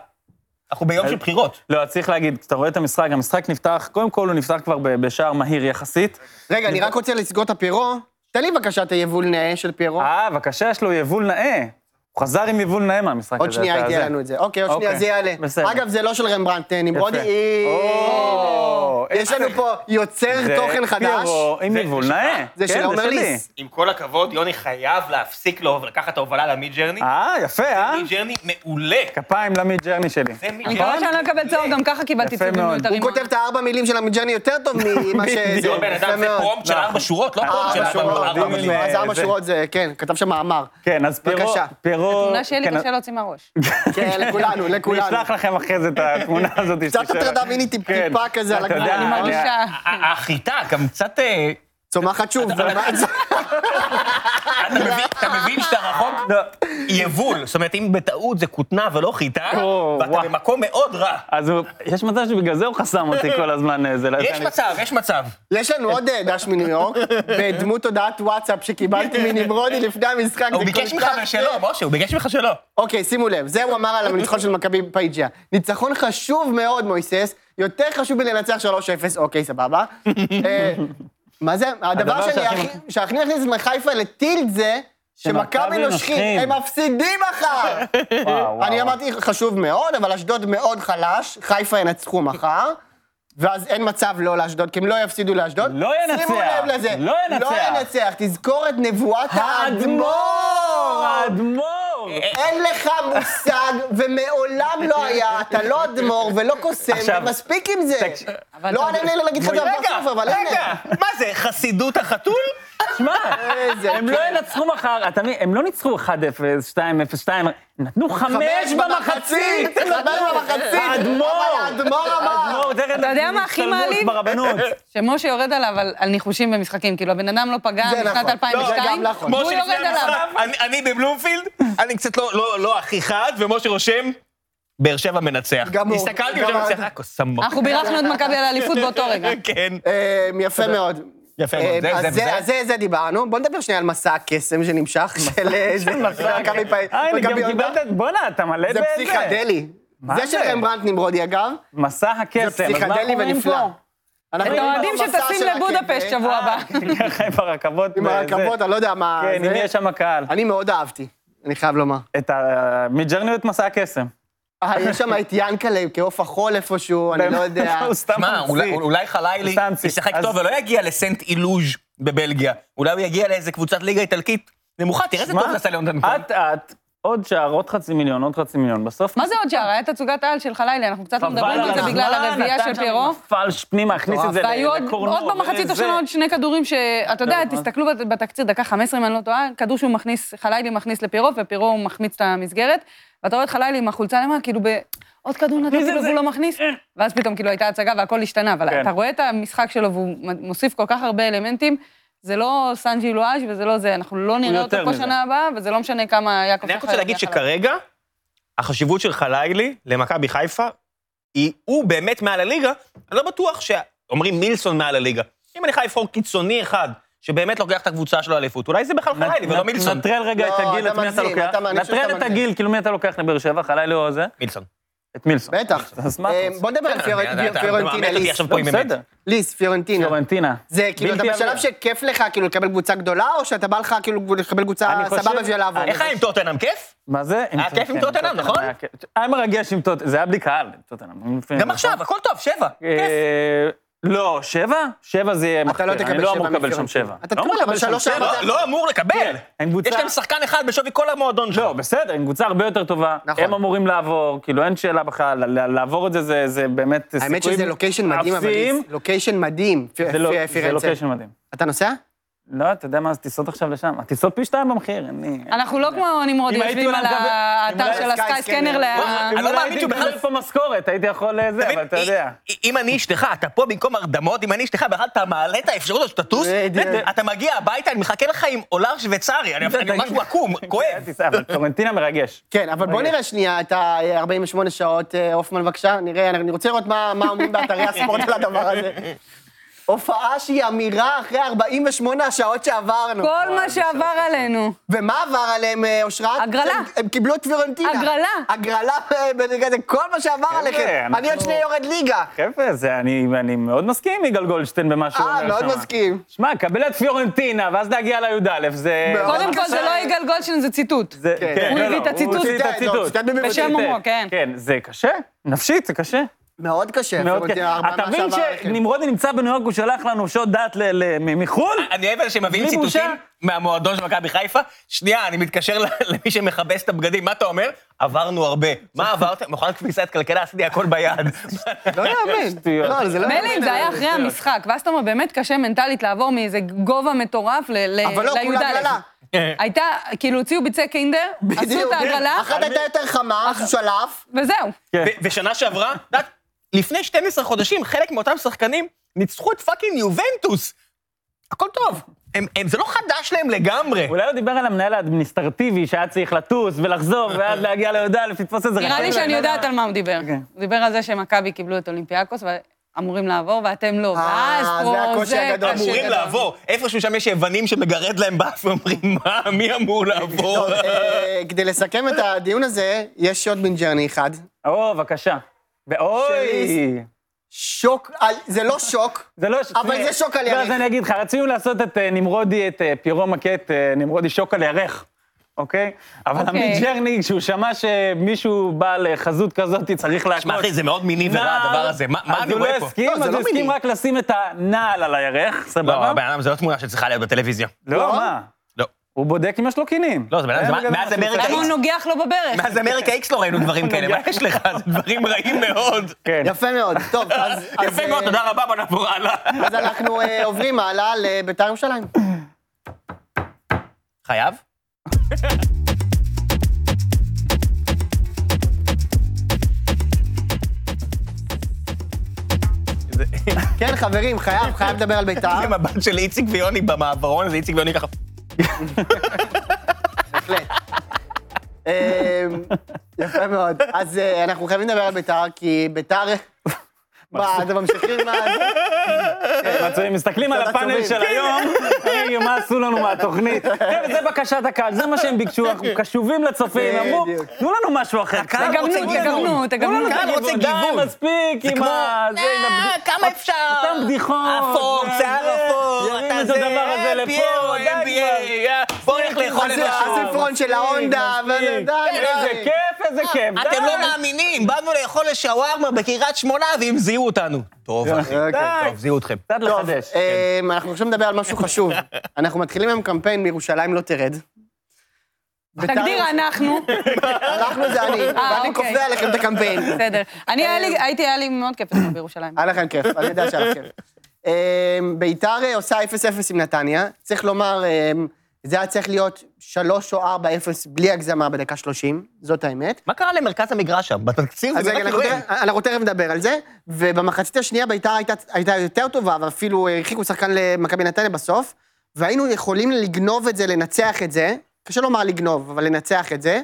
Speaker 3: אנחנו ביום של בחירות.
Speaker 2: לא, צריך להגיד, כשאתה רואה את המשחק, המשחק נפתח, קודם כל הוא נפתח כבר ב- בשער מהיר יחסית.
Speaker 5: רגע, אני רק רוצה לסגור את הפירו. תן לי בבקשה את היבול נאה של פירו.
Speaker 2: אה, בבקשה, יש לו יבול נאה. הוא חזר עם יבול נאה מהמשחק הזה.
Speaker 5: עוד שנייה
Speaker 2: אתה-
Speaker 5: הייתי
Speaker 2: זה.
Speaker 5: לנו את זה. אוקיי, עוד שנייה
Speaker 2: אוקיי,
Speaker 5: זה יעלה.
Speaker 2: בסדר.
Speaker 5: אגב, זה לא של רמברנט, נמרודי.
Speaker 2: יפה.
Speaker 5: הנה.
Speaker 2: או, אה,
Speaker 5: אה, יש לנו פה יוצר
Speaker 2: זה
Speaker 5: תוכן חדש.
Speaker 2: פירו עם יבול נאה.
Speaker 5: זה
Speaker 2: כן,
Speaker 5: של עומר
Speaker 2: שלי.
Speaker 5: ליס.
Speaker 3: עם כל הכבוד, יוני חייב להפסיק לו ולקחת את ההובלה למיד ג'רני.
Speaker 2: אה, יפה, אה?
Speaker 3: מיד ג'רני מעולה.
Speaker 2: כפיים למיד ג'רני שלי.
Speaker 3: זה מיד
Speaker 4: אני מקווה שאני לא אקבל צהוב, גם ככה קיבלתי
Speaker 2: יפה
Speaker 4: צהובים
Speaker 2: מאוד.
Speaker 4: מיותרים.
Speaker 5: נכון? הוא כותב את הארבע מילים של המג'רני יותר טוב ממה שזה.
Speaker 3: לא, בן
Speaker 5: יפה
Speaker 3: אדם, זה
Speaker 5: מאוד. נכון. אה,
Speaker 3: פרומפט של ארבע שורות, לא פרומפט של
Speaker 5: ארבע
Speaker 3: ארבע
Speaker 5: שורות,
Speaker 3: ארבע
Speaker 5: ארבע
Speaker 3: מילים.
Speaker 5: שורות. אז ארבע
Speaker 2: אה, זה-
Speaker 5: שורות זה, כן, כתב שם מאמר.
Speaker 2: כן, אז פירו...
Speaker 5: בבקשה.
Speaker 2: פירו...
Speaker 4: התמונה שיהיה לי
Speaker 2: כן,
Speaker 4: קשה להוציא מהראש.
Speaker 5: כן, לכולנו,
Speaker 2: אני
Speaker 5: לכולנו.
Speaker 2: אשלח לכם אחרי זה את התמונה הזאת.
Speaker 5: קצת
Speaker 2: שתשאר.
Speaker 5: הטרדה מינית טיפ-
Speaker 2: כן.
Speaker 5: טיפה כזה על
Speaker 2: אתה יודע,
Speaker 5: הגבול.
Speaker 4: אני
Speaker 5: אה,
Speaker 4: מרגישה...
Speaker 3: ה- החיטה, גם קצת... אה,
Speaker 5: צומחת שוב. צומחת שוב.
Speaker 3: אתה מבין- אתה מבין שאתה רחוק?
Speaker 2: לא,
Speaker 3: יבול. זאת אומרת, אם בטעות זה כותנה ולא חיטה,
Speaker 2: או,
Speaker 3: ואתה
Speaker 2: וואו.
Speaker 3: במקום מאוד רע.
Speaker 2: אז הוא- יש מצב שבגלל זה הוא חסם אותי כל הזמן. אה, זה לא-
Speaker 3: יש
Speaker 2: אני-
Speaker 3: מצב, יש מצב.
Speaker 5: יש לנו עוד אה, דש מניו יורק, בדמות הודעת וואטסאפ שקיבלתי מנמרודי לפני המשחק.
Speaker 3: הוא
Speaker 5: זה
Speaker 3: ביקש
Speaker 5: כל
Speaker 3: ממך
Speaker 5: כך-
Speaker 3: ושלא, משה, הוא ביקש ממך שלא.
Speaker 5: אוקיי, שימו לב, זה הוא אמר על הניצחון של מכבי פייג'יה. ניצחון חשוב מאוד, מויסס, יותר חשוב מלנצח 3-0, אוקיי, סבבה. אה, מה זה? הדבר
Speaker 2: הדבר
Speaker 5: שאני
Speaker 2: שהכי-
Speaker 5: הכי- שהכי מכניס את חיפה לטילד זה שמכבי
Speaker 2: שמכבי
Speaker 5: נושכים,
Speaker 2: נושכים.
Speaker 5: הם מפסידים מחר!
Speaker 2: וואו, וואו.
Speaker 5: אני אמרתי חשוב מאוד, אבל אשדוד מאוד חלש, חיפה ינצחו מחר. ואז אין מצב לא לאשדוד, כי הם לא יפסידו לאשדוד.
Speaker 2: לא ינצח.
Speaker 5: שימו לב לזה.
Speaker 2: לא ינצח.
Speaker 5: לא ינצח, תזכור את נבואת האדמו"ר.
Speaker 2: האדמו"ר!
Speaker 5: אין לך מושג, ומעולם לא היה, אתה לא אדמו"ר ולא קוסם,
Speaker 2: עכשיו,
Speaker 5: מספיק עם זה.
Speaker 2: תקשיב,
Speaker 4: אבל
Speaker 5: לא
Speaker 4: אתה-
Speaker 5: עלינו לי להגיד לך את זה בפרצוף, אבל הנה.
Speaker 3: מה זה, חסידות החתול?
Speaker 2: שמע,
Speaker 5: איזה
Speaker 2: הם לא
Speaker 5: כיף.
Speaker 2: ינצחו מחר, אתה מבין? הם לא ניצחו 1-0, 2-0, 2, הם נתנו חמש במחצית!
Speaker 5: חמש במחצית!
Speaker 2: האדמו"ר.
Speaker 5: אבל האדמו"ר אמר!
Speaker 2: האדמו"ר, תכף
Speaker 4: אתה יודע מה הכי
Speaker 2: הצטלמות
Speaker 4: מעליב?
Speaker 2: ברבנות.
Speaker 4: שמשה יורד עליו על- על ניחושים במשחקים, כאילו, הבן אדם לא פגע
Speaker 5: זה
Speaker 4: משנת
Speaker 5: נכון. זה
Speaker 4: 2002,
Speaker 5: גם נכון.
Speaker 4: והוא יורד עליו.
Speaker 3: אני- אני בבלומפילד, אני קצת לא- לא לא הכי חד, ומשה רושם, באר שבע מנצח.
Speaker 5: גמור.
Speaker 3: הסתכלתי
Speaker 5: גמר.
Speaker 3: ואני מנצח, אה, קוסמות.
Speaker 4: אנחנו בירכנו את מכבי על האליפות באותו רגע.
Speaker 3: כן.
Speaker 5: אה, יפה מאוד.
Speaker 3: יפה
Speaker 5: אה,
Speaker 3: מאוד, זה-
Speaker 5: אז
Speaker 3: זה- זה-
Speaker 5: אז זה, זה דיברנו. בוא נדבר שנייה על מסע הקסם שנמשך, של אה, זה- מכבי פי-
Speaker 2: אה, הנה, גם
Speaker 5: מכבי יונדו.
Speaker 2: קיבלת... בואנה, אתה מלא
Speaker 5: זה
Speaker 2: באיזה...
Speaker 5: פסיכדלי.
Speaker 2: מה
Speaker 5: זה של
Speaker 2: זה?
Speaker 5: רמברנט נמרודי, אגב.
Speaker 2: מסע הקסם.
Speaker 5: זה פסיכדלי ונפלא. אנחנו
Speaker 4: את
Speaker 5: עם
Speaker 4: האוהדים
Speaker 5: המסע
Speaker 4: שטסים
Speaker 5: של
Speaker 4: לבודפשט
Speaker 5: הכאב,
Speaker 4: שבוע
Speaker 2: אה.
Speaker 4: הבא.
Speaker 2: ככה עם הרכבות.
Speaker 5: עם
Speaker 2: וזה.
Speaker 5: הרכבות, אני לא יודע מה...
Speaker 2: כן,
Speaker 5: זה.
Speaker 2: אם יש שם קהל.
Speaker 5: אני מאוד אהבתי, אני חייב לומר.
Speaker 2: את ה... מג'רני את מסע הקסם.
Speaker 5: אה, יש שם את ינקלה כעוף החול איפשהו, אני לא יודע.
Speaker 2: הוא סתם
Speaker 3: מה, אולי-
Speaker 2: ממציא.
Speaker 3: אולי חלילי
Speaker 2: סתם צי-
Speaker 3: ישחק
Speaker 2: אז-
Speaker 3: טוב ולא יגיע לסנט אילוז' בבלגיה. אולי הוא יגיע לאיזה קבוצת ליגה איטלקית נמוכה, תראה איזה
Speaker 2: מה?
Speaker 3: טוב זה עשה ליונתן כהן.
Speaker 2: אט-אט, עוד שער, עוד חצי מיליון, עוד חצי מיליון. בסוף...
Speaker 4: מה זה עוד שער? היה תצוגת על של חלילי, אנחנו קצת לא
Speaker 2: חבל
Speaker 4: מדברים על זה
Speaker 2: הזמן,
Speaker 4: בגלל הרביעייה
Speaker 2: נתן
Speaker 4: של
Speaker 2: שם
Speaker 4: פירו.
Speaker 2: נפל ש- פנימה, הכניס את זה
Speaker 4: והיו עוד,
Speaker 2: לקורנו,
Speaker 4: עוד במחצית
Speaker 2: וזה.
Speaker 4: הראשונה עוד שני כדורים שאתה יודע,
Speaker 2: נכון.
Speaker 4: תסתכלו בת- בתקציר, דקה 15 אם אני לא טועה, כדור שהוא מכניס, חלילי מכניס לפירו, ופירו הוא מחמיץ את המסגרת, ואתה רואה את חלילי עם החולצה למה, כאילו ב... עוד כדור נתן כאילו והוא לא מכניס, ואז פתאום כאילו הייתה הצגה והכל השתנה, אבל
Speaker 2: אה. כן.
Speaker 4: אתה רואה את המשחק שלו והוא מ- מוסיף כל כך הרבה אלמנטים. זה לא סנג'י לואז' וזה לא זה, אנחנו לא נראה אותו
Speaker 2: יותר
Speaker 4: פה
Speaker 2: מזה.
Speaker 4: שנה הבאה, וזה לא משנה כמה יעקב
Speaker 3: אני רק
Speaker 4: שחר
Speaker 3: רוצה להגיד
Speaker 4: ירוויח עליו.
Speaker 3: שכרגע, החשיבות של חלילי למכבי חיפה, היא, הוא באמת מעל הליגה, אני לא בטוח שאומרים מילסון מעל הליגה. אם אני יכול לבחור קיצוני אחד, שבאמת לוקח את הקבוצה שלו לאליפות, אולי זה בכלל חלילי
Speaker 2: נ-
Speaker 3: ולא
Speaker 2: נ-
Speaker 3: מילסון.
Speaker 2: נטרל רגע
Speaker 5: לא,
Speaker 2: את הגיל,
Speaker 5: אתה
Speaker 2: את מי אתה
Speaker 5: מגזים,
Speaker 2: לוקח.
Speaker 5: אתה- אני חושב
Speaker 2: נטרל
Speaker 5: שאתה
Speaker 2: את
Speaker 5: מגזים.
Speaker 2: הגיל, כאילו מי אתה לוקח לבאר שבע, חלילי או זה?
Speaker 3: מילסון.
Speaker 2: את מילסון.
Speaker 5: בטח.
Speaker 2: אז מה אתה
Speaker 5: אה,
Speaker 2: רוצה?
Speaker 5: בוא נדבר על
Speaker 3: בסדר,
Speaker 5: פיור-
Speaker 3: אני- אתה- אתה מעמת
Speaker 5: פיורנטינה,
Speaker 3: אותי
Speaker 5: ליס.
Speaker 3: עכשיו פה
Speaker 2: לא,
Speaker 3: עם אמת.
Speaker 2: בסדר.
Speaker 5: ליס, פיורנטינה.
Speaker 2: פלורנטינה.
Speaker 5: כן. זה כאילו, אתה
Speaker 2: בלתי
Speaker 5: בשלב
Speaker 2: עביר.
Speaker 5: שכיף לך כאילו לקבל קבוצה גדולה, או שאתה בא לך כאילו לקבל קבוצה
Speaker 2: אני חושב-
Speaker 5: סבבה בשביל לעבור?
Speaker 3: איך היה עם טוטנאם? כיף?
Speaker 2: מה זה?
Speaker 3: היה אה, כיף עם
Speaker 2: כן,
Speaker 3: טוטנהאם, נכון?
Speaker 2: היה כיף. היה מרגש עם טוטנאם, זה היה בלי קהל, טוטנאם. נכון?
Speaker 3: גם עכשיו, הכל טוב, שבע. כיף.
Speaker 2: אה, לא, שבע? שבע זה יהיה
Speaker 5: אתה
Speaker 2: מחפיר,
Speaker 5: לא
Speaker 2: אני
Speaker 5: תקבל
Speaker 2: לא
Speaker 5: שבע
Speaker 2: אמור לקבל שם
Speaker 5: מפיורנטינה.
Speaker 2: שבע.
Speaker 5: אתה
Speaker 2: לא אמור
Speaker 5: תקבל, אבל
Speaker 2: לקבל שם
Speaker 5: שלוש
Speaker 2: שבע.
Speaker 5: ארבע.
Speaker 3: לא- לא אמור לקבל.
Speaker 2: כן, הם קבוצה-
Speaker 3: יש להם שחקן אחד בשווי כל המועדון שלו.
Speaker 2: לא, בסדר, עם קבוצה הרבה יותר טובה.
Speaker 5: נכון.
Speaker 2: הם אמורים לעבור, כאילו אין שאלה בכלל, ל- ל- לעבור את זה, זה- זה באמת סיכויים
Speaker 5: האמת שזה לוקיישן מדהים, אבל ליס,
Speaker 2: אפסיים.
Speaker 5: לוקיישן מדהים, פי-
Speaker 2: זה לא-
Speaker 5: פי-
Speaker 2: זה
Speaker 5: פירנצה.
Speaker 2: לוקיישן מדהים.
Speaker 5: אתה נוסע?
Speaker 2: לא, אתה יודע מה, אז טיסות עכשיו לשם. הטיסות פי שתיים במחיר, אני...
Speaker 4: אנחנו לא כמו נמרוד,
Speaker 2: אם הייתי
Speaker 4: יושבים
Speaker 2: אולי
Speaker 4: על
Speaker 2: מקבל- אם
Speaker 4: האתר
Speaker 2: אולי
Speaker 4: של
Speaker 5: הסקאי
Speaker 4: הסקאי
Speaker 5: סקנר
Speaker 4: סקנר לה...
Speaker 3: וואי, אני לא מאמין שהוא בכלל-
Speaker 2: אם הייתי מקבל פה משכורת, הייתי יכול אה, זה,
Speaker 3: אתה
Speaker 2: אבל
Speaker 3: מבין?
Speaker 2: אתה יודע.
Speaker 3: אם- אם אני אשתך, אתה פה במקום הרדמות, אם אני אשתך, בכלל אתה מעלה את האפשרות הזאת שאתה טוס,
Speaker 5: בדיוק.
Speaker 3: אתה מגיע הביתה, אני מחכה לך עם אולר שוויצרי, אני אני ממש עקום, כואב.
Speaker 2: טיסה, אבל טורנטינה מרגש.
Speaker 5: כן, אבל בוא נראה שנייה את ה-48 שעות, אה, הופמן בבקשה, נראה, אני רוצה לראות מה מה אומרים באתרי הספורט על הדבר הזה. הופעה שהיא אמירה אחרי 48 השעות שעברנו.
Speaker 4: כל מה שעבר עלינו.
Speaker 5: ומה עבר עליהם, אה, אושרת?
Speaker 4: הגרלה.
Speaker 5: שהם- הם קיבלו את פיורנטינה.
Speaker 4: הגרלה.
Speaker 5: הגרלה, אה, בגלל זה, כל מה שעבר עליכם.
Speaker 2: אנחנו-
Speaker 5: אני עוד שנייה יורד ליגה.
Speaker 2: חבר'ה, זה אני, אני מאוד מסכים עם יגאל גולדשטיין במה שהוא אומר
Speaker 5: אה,
Speaker 2: שם.
Speaker 5: מאוד מסכים.
Speaker 2: שמע, קבל את פיורנטינה, ואז להגיע לי"א, זה...
Speaker 5: מאוד.
Speaker 4: קודם כל, זה
Speaker 5: בבקשה.
Speaker 4: לא יגאל גולדשטיין, זה ציטוט.
Speaker 2: זה-
Speaker 5: כן.
Speaker 2: כן,
Speaker 5: הוא
Speaker 2: לא,
Speaker 4: הביא
Speaker 2: לא,
Speaker 4: את הציטוט.
Speaker 2: הוא הביא את
Speaker 5: ציטט, לא,
Speaker 2: הציטוט.
Speaker 5: ציטט במילותיו.
Speaker 4: בשם אומרו, כן.
Speaker 2: כן, זה קשה, נפשית, זה קשה.
Speaker 5: מאוד קשה, אה,
Speaker 2: מאוד
Speaker 5: פיורנטינה,
Speaker 2: קשה.
Speaker 5: ארבעה
Speaker 2: אתה
Speaker 5: מה
Speaker 2: מבין
Speaker 5: שעבר עליכם.
Speaker 2: שנמרודי נמצא בניו יורק, הוא שלח לנו שעות דעת ל- ל- מ- מחו"ל?
Speaker 3: אני אוהב אלה שמביאים
Speaker 2: בלי בושה.
Speaker 3: ציטוטים מהמועדון של מכבי חיפה. שנייה, אני מתקשר ל- למי שמכבס את הבגדים, מה אתה אומר? עברנו הרבה. מה עברתם? מכונת כביסת כלכלה, עשיתי הכל ביד.
Speaker 5: לא יאמן.
Speaker 2: שטויות.
Speaker 5: לא, זה לא
Speaker 4: מילא אם זה היה
Speaker 5: יאמן.
Speaker 4: אחרי המשחק, ואז אתה אומר, באמת קשה מנטלית לעבור מאיזה גובה מטורף ל- ל- לי"א.
Speaker 5: אבל לא, כולה הגרלה.
Speaker 4: הייתה, כאילו הוציאו ביצי קינדר, עשו
Speaker 5: בדיוק. כן,
Speaker 4: את ההגרלה, אה.
Speaker 5: אחת הייתה יותר חמה, שהוא שלף.
Speaker 4: וזהו.
Speaker 2: כן.
Speaker 3: ו- ושנה שעברה, את יודעת, לפני 12 חודשים, חלק מאותם שחקנים ניצחו את פאקינג יובנטוס. הכל טוב. הם- הם- זה לא חדש להם לגמרי.
Speaker 2: אולי הוא דיבר על המנהל האדמיניסטרטיבי שהיה צריך לטוס ולחזור ואז להגיע לי"א, לתפוס את זה.
Speaker 4: נראה לי
Speaker 2: רק-
Speaker 4: שאני יודעת על מה הוא דיבר.
Speaker 2: כן.
Speaker 4: הוא דיבר על זה שמכבי קיבלו את אולימפיאקוס, ואמורים לעבור, ואתם לא.
Speaker 5: אה,
Speaker 4: ואז
Speaker 5: זה
Speaker 4: פה
Speaker 5: הקושי הגדול.
Speaker 4: קשה
Speaker 3: אמורים
Speaker 4: גדול.
Speaker 3: לעבור. איפשהו שם יש יוונים שמגרד להם באף ואומרים, מה, מי אמור לעבור?
Speaker 5: טוב, אה, כדי לסכם את הדיון הזה, יש עוד בנג'רני אחד.
Speaker 2: או, בבקשה. ואוי!
Speaker 5: שלי. שוק, על- זה לא שוק,
Speaker 2: זה לא...
Speaker 5: אבל זה שוק על ירך.
Speaker 2: ואז אני אגיד לך, רצינו לעשות את אה, נמרודי, את אה, פירו מקט, אה, נמרודי שוק על ירך, אוקיי? אבל
Speaker 4: אוקיי.
Speaker 2: עמית ג'רני, כשהוא שמע שמישהו בעל אה, חזות כזאת, צריך להכות.
Speaker 3: שמע, אחי, זה מאוד מיני ורע
Speaker 2: נעל,
Speaker 3: הדבר הזה. מה- מה אני רואה
Speaker 2: אז הוא לא
Speaker 3: פה?
Speaker 2: הסכים,
Speaker 5: לא, זה
Speaker 2: אז
Speaker 5: לא
Speaker 2: הוא הסכים
Speaker 5: מיני.
Speaker 2: רק לשים את הנעל על הירך,
Speaker 3: לא,
Speaker 2: סבבה?
Speaker 3: הבן אדם, זו לא תמונה שצריכה להיות בטלוויזיה.
Speaker 2: לא, מה?
Speaker 3: לא.
Speaker 2: הוא בודק אם יש לו קינים.
Speaker 3: לא, זה בן אדם, זה
Speaker 2: אין
Speaker 3: מה-
Speaker 2: גם
Speaker 3: מאז
Speaker 2: משהו.
Speaker 3: אמריקה
Speaker 4: למה הוא
Speaker 3: איקס.
Speaker 4: נוגח לו בברך?
Speaker 3: מאז אמריקה איקס לא ראינו דברים כאלה, מה יש לך? זה דברים רעים מאוד.
Speaker 2: כן.
Speaker 5: יפה מאוד. טוב, אז... אז,
Speaker 3: יפה מאוד,
Speaker 5: אה,
Speaker 3: תודה רבה, בוא נעבור הלאה.
Speaker 5: אז אנחנו אה, עוברים הלאה לביתר ירושלים.
Speaker 3: חייב?
Speaker 5: כן, חברים, חייב, חייב לדבר על ביתר.
Speaker 3: זה מבט של איציק ויוני במעברון, זה איציק ויוני ככה.
Speaker 5: בהחלט. אה, יפה מאוד. אז אה, אנחנו חייבים לדבר על ביתר, כי ביתר... מה, אתם ממשיכים מה זה?
Speaker 2: מצויים, מסתכלים על
Speaker 5: קצת
Speaker 2: הפאנל
Speaker 5: עצובים.
Speaker 3: כן.
Speaker 2: של היום, אומרים, מה עשו לנו מהתוכנית. כן, זה בקשת הקהל, זה מה שהם ביקשו, אנחנו קשובים לצופים, אמרו,
Speaker 5: בדיוק.
Speaker 2: תנו לנו משהו אחר.
Speaker 3: הקהל
Speaker 2: תנו
Speaker 4: תגוונו,
Speaker 3: רוצה
Speaker 2: לנו-
Speaker 4: תגוונו,
Speaker 2: תנו לנו
Speaker 4: תגוונו.
Speaker 2: את
Speaker 3: הקהל רוצה
Speaker 2: הגיוון. די,
Speaker 3: גיוון.
Speaker 2: מספיק עם
Speaker 3: כמו,
Speaker 2: ה... זה, עם
Speaker 3: "אה,
Speaker 2: הבדיח-
Speaker 3: כמה אפשר?
Speaker 2: אותן בדיחות.
Speaker 3: אפור,
Speaker 2: זה,
Speaker 3: שיער
Speaker 2: זה,
Speaker 3: אפור,
Speaker 2: ירים
Speaker 3: אתה
Speaker 2: את הדבר
Speaker 3: אה, זה, אה,
Speaker 2: הזה לפה,
Speaker 3: פיירו,
Speaker 2: די כבר.
Speaker 3: NBA, אה, בוא נלך לאכול
Speaker 5: אז
Speaker 3: את
Speaker 5: זה
Speaker 3: השור.
Speaker 5: הספרון של ההונדה, אבל
Speaker 2: מספיק.
Speaker 5: די,
Speaker 2: איזה
Speaker 5: די.
Speaker 2: כיף, איזה כיף.
Speaker 3: אתם
Speaker 2: די.
Speaker 3: לא מאמינים, באנו לאכול לשווארמה בקריית שמונה והם זיהו אותנו. טוב, אחי,
Speaker 5: אוקיי.
Speaker 3: טוב, זיהו אתכם.
Speaker 2: קצת
Speaker 5: טוב,
Speaker 2: אה, לחדש. כן.
Speaker 5: אה, אנחנו עכשיו נדבר על משהו חשוב. אנחנו מתחילים היום קמפיין מירושלים לא תרד.
Speaker 4: תגדיר אנחנו.
Speaker 5: אנחנו זה אני, ואני
Speaker 4: אוקיי.
Speaker 5: כופה עליכם את הקמפיין.
Speaker 4: בסדר. אני היה לי- הייתי, היה לי מאוד כיף אתמול בירושלים.
Speaker 5: היה לכם כיף, אני יודע שהיה לך כיף. אמ, ביתר אה, עושה 0-0 עם נתניה. צריך לומר, אמ, זה היה צריך להיות 3 או 4-0 בלי הגזמה בדקה 30, זאת האמת.
Speaker 3: מה קרה למרכז המגרש שם? בתקציב
Speaker 4: אה,
Speaker 5: אז
Speaker 4: לא
Speaker 3: זה
Speaker 5: רגע,
Speaker 3: באמת
Speaker 5: אנחנו
Speaker 3: כאילו אין.
Speaker 5: תכף- אנחנו תכף נדבר על זה. ובמחצית השנייה ביתר הייתה- הייתה יותר טובה, ואפילו הרחיקו שחקן למכבי נתניה בסוף. והיינו יכולים לגנוב את זה, לנצח את זה. קשה לומר לגנוב, אבל לנצח את זה.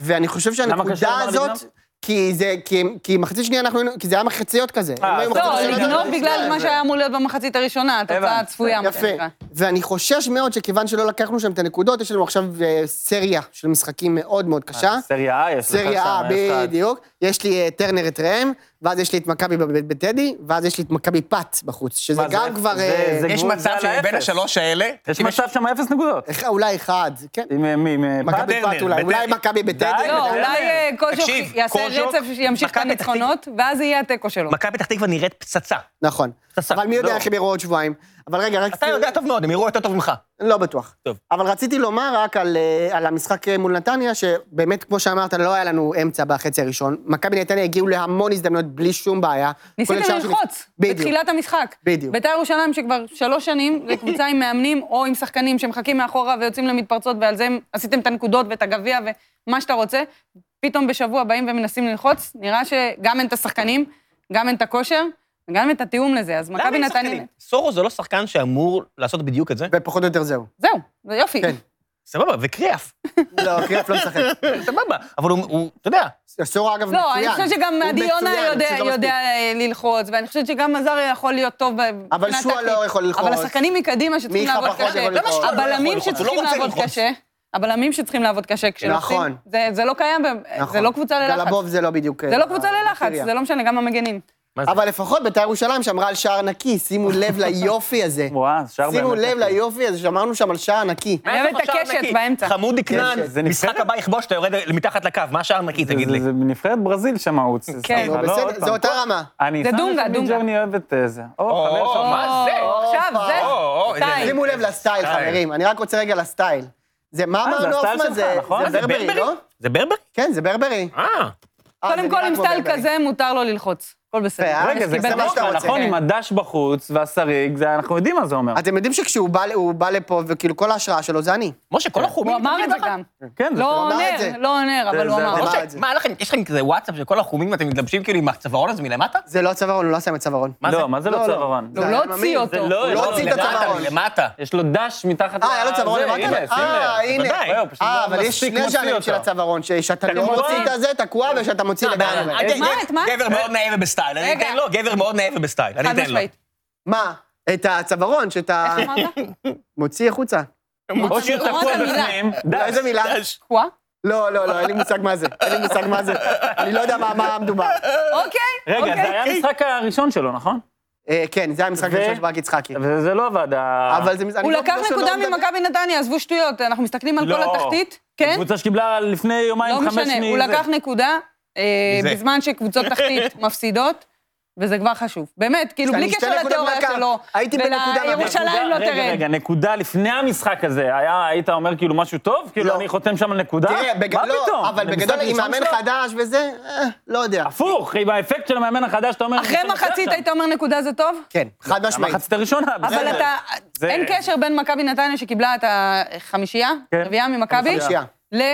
Speaker 5: ואני חושב
Speaker 2: קשה
Speaker 5: שהנקודה
Speaker 2: לומר
Speaker 5: הזאת,
Speaker 2: לגנוב?
Speaker 5: כי זה, כי, כי מחצית שנייה אנחנו היינו, כי זה היה מחציות כזה.
Speaker 2: אה,
Speaker 5: אם היו
Speaker 2: אז
Speaker 5: מחצית
Speaker 4: לא,
Speaker 5: ראשונה, זה
Speaker 4: לגנוב
Speaker 5: היה
Speaker 4: בגלל
Speaker 5: שתיים,
Speaker 4: מה
Speaker 5: זה-
Speaker 4: שהיה אמור להיות במחצית הראשונה, התוצאה
Speaker 2: הבנתי.
Speaker 4: הצפויה, מה
Speaker 5: יפה.
Speaker 4: שנקרא.
Speaker 5: ואני חושש מאוד שכיוון שלא לקחנו שם את הנקודות, יש לנו עכשיו אה, סריה של משחקים מאוד מאוד קשה.
Speaker 2: אה, סריה A יש לך שם.
Speaker 5: סריה A,
Speaker 2: יש לך-
Speaker 5: בדיוק. יש לי אה, טרנר את ראם, ואז יש לי את מכבי בב- בטדי, ואז יש לי את מכבי פת בחוץ, שזה
Speaker 2: מה, זה-
Speaker 5: גם כבר... אה,
Speaker 2: זה
Speaker 9: יש
Speaker 2: גבול, זה
Speaker 9: מצב
Speaker 2: על
Speaker 9: שבין
Speaker 2: האפס.
Speaker 9: השלוש האלה,
Speaker 2: יש
Speaker 9: אם
Speaker 2: מצב שם אפס נקודות.
Speaker 5: אה, אולי אחד, כן.
Speaker 2: עם אה, מי? עם, אה, פת?
Speaker 5: מכבי פת
Speaker 9: טרנר,
Speaker 5: אולי,
Speaker 9: בטדי.
Speaker 5: אולי מכבי בטדי.
Speaker 2: די,
Speaker 4: לא,
Speaker 2: בסדר.
Speaker 4: אולי אה, קוז'וק
Speaker 9: תקשיב,
Speaker 4: יעשה
Speaker 9: קוז'וק,
Speaker 4: רצף שימשיך את
Speaker 9: מכבי פתח תקווה.
Speaker 4: הניצחונות, ואז יהיה התיקו שלו.
Speaker 3: מכבי פתח תקווה נראית פצצה.
Speaker 5: נכון.
Speaker 3: פצצה.
Speaker 5: אבל מי יודע
Speaker 3: לא.
Speaker 5: איך הם יראו עוד שבועיים. אבל רגע, רק...
Speaker 3: אתה יודע טוב מאוד, הם יראו יותר טוב ממך.
Speaker 5: לא בטוח.
Speaker 3: טוב.
Speaker 5: אבל רציתי לומר רק על, אה, על המשחק אה, מול נתניה, שבאמת, כמו שאמרת, לא היה לנו אמצע בחצי הראשון. מכבי נתניה הגיעו להמון הזדמנויות בלי שום בעיה. כולל
Speaker 4: ניסיתם
Speaker 5: שער של-
Speaker 4: ללחוץ,
Speaker 5: בדיוק.
Speaker 4: בתחילת המשחק.
Speaker 5: בדיוק.
Speaker 4: בית"ר ירושלים, שכבר שלוש שנים, זו קבוצה עם מאמנים או עם שחקנים שמחכים מאחורה ויוצאים למתפרצות, ועל זה הם- עשיתם את הנקודות ואת הגביע ומה שאתה רוצה, פתאום בשבוע באים ומנסים ללחוץ, נראה שגם אין את השחקנים, גם אין את הכושר, וגם אין את התיאום לזה, אז מכבי
Speaker 3: למה אין
Speaker 4: נתניה...
Speaker 3: שחקנים? סורו זה לא שחקן שאמור לעשות בדיוק את זה?
Speaker 5: ופחות או יותר זהו.
Speaker 4: זהו, זה יופי.
Speaker 5: כן.
Speaker 3: סבבה, וקריאף.
Speaker 5: לא, קריאף לא משחק.
Speaker 3: סבבה, אבל הוא- הוא, אתה יודע,
Speaker 5: סורו, אגב, מצוין.
Speaker 4: לא, אני חושבת שגם
Speaker 5: הוא
Speaker 4: עדי יונה
Speaker 5: מצוין,
Speaker 4: יודע-
Speaker 5: פשוט לא
Speaker 4: יודע
Speaker 5: מספיק.
Speaker 4: אה, ללחוץ, ואני חושבת שגם עזר יכול להיות טוב
Speaker 5: אבל
Speaker 4: מבחינה
Speaker 5: שועה
Speaker 4: טקטית.
Speaker 5: לא יכול ללחוץ.
Speaker 4: אבל השחקנים מקדימה שצריכים
Speaker 5: מיכה
Speaker 4: לעבוד
Speaker 5: פחות
Speaker 4: קשה.
Speaker 5: יכול ללחוץ. למה שועה
Speaker 3: לא יכול
Speaker 4: הבלמים
Speaker 3: ללחוץ? הוא לא
Speaker 4: שצריכים
Speaker 3: רוצה
Speaker 4: לעבוד
Speaker 3: ללחוץ.
Speaker 4: קשה, הבלמים שצריכים לעבוד קשה כשלוחצים,
Speaker 5: נכון.
Speaker 4: זה- זה לא קיים, ב-
Speaker 5: נכון.
Speaker 4: זה לא קבוצה ללחץ.
Speaker 5: גלבוב זה לא בדיוק...
Speaker 4: זה
Speaker 5: אה,
Speaker 4: לא קבוצה ללחץ,
Speaker 5: בקריה.
Speaker 4: זה לא משנה, גם המגנים.
Speaker 3: מה זה?
Speaker 5: אבל לפחות בית"ר ירושלים שמרה על שער נקי, שימו לב ליופי הזה.
Speaker 2: וואה, שער
Speaker 5: שימו
Speaker 2: באמת
Speaker 5: לב
Speaker 2: יפה.
Speaker 5: ליופי הזה, שמרנו שם על שער נקי.
Speaker 4: אני אוהבת את
Speaker 3: שער
Speaker 4: הקשת
Speaker 3: נקי.
Speaker 4: באמצע.
Speaker 3: חמודי כנען,
Speaker 5: קשת.
Speaker 2: זה
Speaker 3: משחק
Speaker 2: נבחרת?
Speaker 3: הבא יכבוש, אתה יורד מתחת לקו, מה שער נקי,
Speaker 2: זה-
Speaker 3: תגיד
Speaker 2: זה-
Speaker 3: לי.
Speaker 2: זה נבחרת ברזיל שם, הוא...
Speaker 4: כן.
Speaker 5: לא,
Speaker 2: אבל עוד
Speaker 5: בסדר,
Speaker 2: פעם.
Speaker 5: זו אותה רמה.
Speaker 2: אני
Speaker 4: זה
Speaker 2: שם
Speaker 4: דונגה,
Speaker 2: לפעמים
Speaker 4: דונגה.
Speaker 2: ג'רני אוהב את אה, זה. או,
Speaker 9: או,
Speaker 2: חבר שלך.
Speaker 9: מה? זה?
Speaker 4: או, עכשיו,
Speaker 3: אה,
Speaker 4: זה,
Speaker 5: אה,
Speaker 9: או, או,
Speaker 4: סטייל.
Speaker 5: שימו לב לסטייל,
Speaker 3: סטייל.
Speaker 5: חברים. אני רק רוצה רגע לסטייל. זה מה
Speaker 2: אה, זה
Speaker 5: אמרנו
Speaker 2: הסטייל
Speaker 5: הופמן?
Speaker 2: שלך,
Speaker 5: זה
Speaker 2: נכון?
Speaker 4: אה,
Speaker 5: זה
Speaker 2: זה
Speaker 5: ברברי, לא?
Speaker 3: זה ברברי?
Speaker 5: כן, זה ברברי.
Speaker 3: אה.
Speaker 5: אה, זה
Speaker 4: קודם כל,
Speaker 5: נראה
Speaker 4: עם
Speaker 5: כמו
Speaker 4: סטייל
Speaker 5: ברברי.
Speaker 4: כזה מותר לו ללחוץ. הכל בסדר.
Speaker 5: ואז
Speaker 2: רגע, זה
Speaker 5: זה
Speaker 2: כזה
Speaker 5: מה שאתה
Speaker 2: דונגה,
Speaker 5: רוצה.
Speaker 2: נכון? עם הדש בחוץ והשריג, זה- אנחנו יודעים מה זה אומר.
Speaker 5: אתם יודעים שכשהוא בא- הוא בא לפה, וכאילו כל ההשראה שלו זה אני.
Speaker 3: משה, כל
Speaker 4: הוא
Speaker 3: החומים...
Speaker 4: אמר את זה גם.
Speaker 2: כן, זה...
Speaker 4: לא
Speaker 5: אמר את
Speaker 4: עונר,
Speaker 5: זה.
Speaker 4: לא עונר, אבל
Speaker 2: זה-
Speaker 4: הוא
Speaker 2: זה-
Speaker 4: אמר.
Speaker 5: זה-
Speaker 3: משה,
Speaker 5: את
Speaker 3: מה לכם, יש לכם כזה וואטסאפ של כל החומים ואתם מתלבשים כאילו עם הצווארון הזה מלמטה?
Speaker 5: זה לא צווארון, הוא לא שם את צווארון.
Speaker 2: לא, מה זה לא
Speaker 5: לא, לא.
Speaker 2: צווארון?
Speaker 5: זה
Speaker 4: הוא לא
Speaker 5: היה מאמין.
Speaker 4: הוציא אותו.
Speaker 2: זה לא,
Speaker 5: הוא לא הוציא את
Speaker 3: למטה,
Speaker 5: הצווארון.
Speaker 3: למטה.
Speaker 2: יש לו דש מתחת
Speaker 5: אה, היה לו
Speaker 2: ל-
Speaker 5: צווארון
Speaker 2: זה,
Speaker 5: למטה?
Speaker 2: הנה, שים
Speaker 5: אה,
Speaker 2: לב.
Speaker 5: הנה.
Speaker 3: בוודאי.
Speaker 2: רואה, הוא פשוט
Speaker 5: אה,
Speaker 2: לא
Speaker 5: אבל יש
Speaker 2: מספיק
Speaker 5: שני
Speaker 2: מוציא
Speaker 5: ז'אנרים
Speaker 2: אותה.
Speaker 5: של הצווארון, ש-
Speaker 4: כן,
Speaker 5: שאתה לא
Speaker 2: כמובן.
Speaker 5: מוציא כן. את הזה, תקועה, ושאתה מוציא לגמרי.
Speaker 3: אה,
Speaker 4: מה,
Speaker 3: גבר-
Speaker 4: את מה?
Speaker 3: גבר מאוד נאה ובסטייל, אני
Speaker 4: רגע.
Speaker 3: אתן לו, גבר מאוד נאה ובסטייל, אני
Speaker 4: חד
Speaker 3: אתן לו.
Speaker 4: משמעית.
Speaker 5: מה? את הצווארון שאתה
Speaker 4: איך אמרת?
Speaker 5: מוציא החוצה.
Speaker 2: או שהוא
Speaker 4: אמרת
Speaker 2: תקוע
Speaker 4: מילה.
Speaker 2: בפנים,
Speaker 5: אולי
Speaker 2: דש.
Speaker 5: זו מילה?
Speaker 4: תקוע?
Speaker 5: לא, לא, לא, אין לי מושג מה זה. אין לי מושג מה זה. אני לא יודע מה- מה מדובר.
Speaker 4: אוקיי,
Speaker 2: רגע, זה
Speaker 4: אוקיי.
Speaker 2: היה המשחק הראשון שלו, נכון?
Speaker 5: אה, כן, זה המשחק
Speaker 2: ו-
Speaker 5: הראשון של ברק יצחקי.
Speaker 2: וזה לא עבד. ה-
Speaker 5: אבל זה... אני
Speaker 4: הוא
Speaker 5: לא-
Speaker 4: לקח
Speaker 5: לא שלא
Speaker 4: נקודה
Speaker 5: מדבר.
Speaker 4: ממכבי נתניה, עזבו שטויות, אנחנו מסתכלים על כל
Speaker 2: לא.
Speaker 4: התחתית, כן?
Speaker 2: קבוצה שקיבלה לפני יומיים
Speaker 4: לא
Speaker 2: חמש מזה.
Speaker 4: משנה, הוא לקח נקודה אה,
Speaker 3: מזה.
Speaker 4: בזמן שקבוצות תחתית מפסידות, וזה כבר חשוב. באמת, כאילו,
Speaker 5: שאני
Speaker 4: בלי
Speaker 5: שתי
Speaker 4: קשר
Speaker 5: נקודות
Speaker 4: לתיאוריה
Speaker 5: מהקו.
Speaker 4: שלו,
Speaker 5: הייתי בנקודה מהקו.
Speaker 4: ולירושלים לא
Speaker 2: נקודה- רגע,
Speaker 4: תרד.
Speaker 2: רגע, נקודה לפני המשחק הזה, היה, היית אומר כאילו משהו טוב? כאילו
Speaker 5: לא.
Speaker 2: אני חותם שם על נקודה?
Speaker 5: תראה, בג-
Speaker 2: מה
Speaker 5: לא,
Speaker 2: פתאום?
Speaker 5: אבל
Speaker 2: זה
Speaker 5: בגדול,
Speaker 2: משחק
Speaker 5: עם
Speaker 2: ראשון
Speaker 5: מאמן
Speaker 2: שלו?
Speaker 5: חדש וזה, אה, לא יודע.
Speaker 2: הפוך, עם האפקט של המאמן החדש, אתה אומר...
Speaker 4: אחרי
Speaker 2: אני חותם
Speaker 4: מחצית
Speaker 2: שם.
Speaker 4: היית אומר נקודה זה טוב?
Speaker 5: כן, חד משמעית.
Speaker 2: המחצית הראשונה,
Speaker 4: אבל
Speaker 2: בסדר.
Speaker 4: אתה,
Speaker 2: זה-
Speaker 4: אין קשר בין מכבי נתניה שקיבלה את החמישייה,
Speaker 2: כן.
Speaker 4: רביעייה ממכבי,
Speaker 5: חמישייה.
Speaker 4: ל-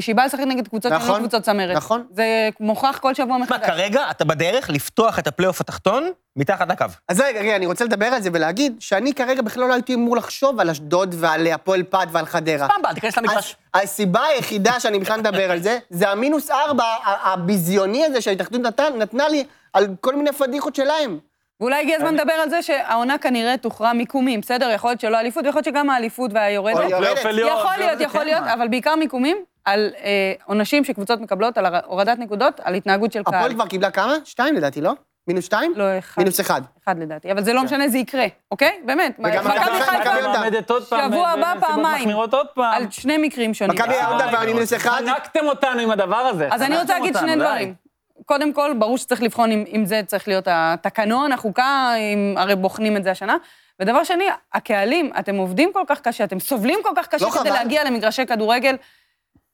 Speaker 4: שהיא באה לשחק נגד קבוצות שהן לא
Speaker 5: נכון,
Speaker 4: קבוצות צמרת.
Speaker 5: נכון.
Speaker 4: זה מוכח כל שבוע
Speaker 3: מה,
Speaker 4: מחדש.
Speaker 3: כרגע אתה בדרך לפתוח את הפלייאוף התחתון מתחת לקו.
Speaker 5: אז רגע, רגע, אני רוצה לדבר על זה ולהגיד שאני כרגע בכלל לא הייתי אמור לחשוב על אשדוד ועל הפועל פת ועל חדרה.
Speaker 3: פעם הבאה, תיכנס למגרש.
Speaker 5: הס- הסיבה היחידה שאני בכלל מדבר על זה, זה המינוס ארבע ה- הביזיוני הזה שההתאחדות נתן- נתנה לי על כל מיני פדיחות שלהם.
Speaker 4: ואולי הגיע הזמן לדבר על זה שהעונה כנראה תוכרע מיקומים, בסדר? יכול להיות שלא אליפות, ויכול להיות שגם האליפות והיורדת.
Speaker 5: אוי, יורדת.
Speaker 2: פלייאוף עליון,
Speaker 4: יכול להיות,
Speaker 2: לא, זה
Speaker 4: יכול
Speaker 2: כן,
Speaker 4: להיות,
Speaker 2: מה.
Speaker 4: אבל בעיקר מיקומים על אה, עונשים שקבוצות מקבלות, על הר- הורדת נקודות, על התנהגות של
Speaker 5: הפועל
Speaker 4: קהל.
Speaker 5: כבר קיבלה כמה? שתיים לדעתי, לא? מינוס שתיים?
Speaker 4: לא, אחד.
Speaker 5: מינוס אחד.
Speaker 4: אחד לדעתי, אבל זה לא משנה, זה יקרה, אוקיי? באמת.
Speaker 5: וגם מכבי
Speaker 4: מכבי
Speaker 5: חיפה-
Speaker 4: חיפה, לא.
Speaker 5: אותה.
Speaker 2: מעמדת עוד פעם,
Speaker 4: שבוע הבא
Speaker 2: בנסיבות
Speaker 4: פעמיים.
Speaker 2: מחמירות עוד פעם.
Speaker 4: על שני מקרים שונים.
Speaker 5: מכבי היה עוד דבר, אני מינוס
Speaker 2: לא.
Speaker 5: אחד.
Speaker 2: חנקתם אותנו עם הדבר הזה.
Speaker 4: אז אני
Speaker 2: חנקתם
Speaker 4: רוצה להגיד
Speaker 2: אותנו,
Speaker 4: שני
Speaker 2: די.
Speaker 4: דברים. קודם כל, ברור שצריך לבחון אם, אם זה צריך להיות התקנון, החוקה, אם הרי בוחנים את זה השנה. ודבר שני, הקהלים, אתם עובדים כל כך קשה, אתם סובלים כל כך קשה
Speaker 5: לא
Speaker 4: כדי
Speaker 5: חבל?
Speaker 4: להגיע למגרשי כדורגל.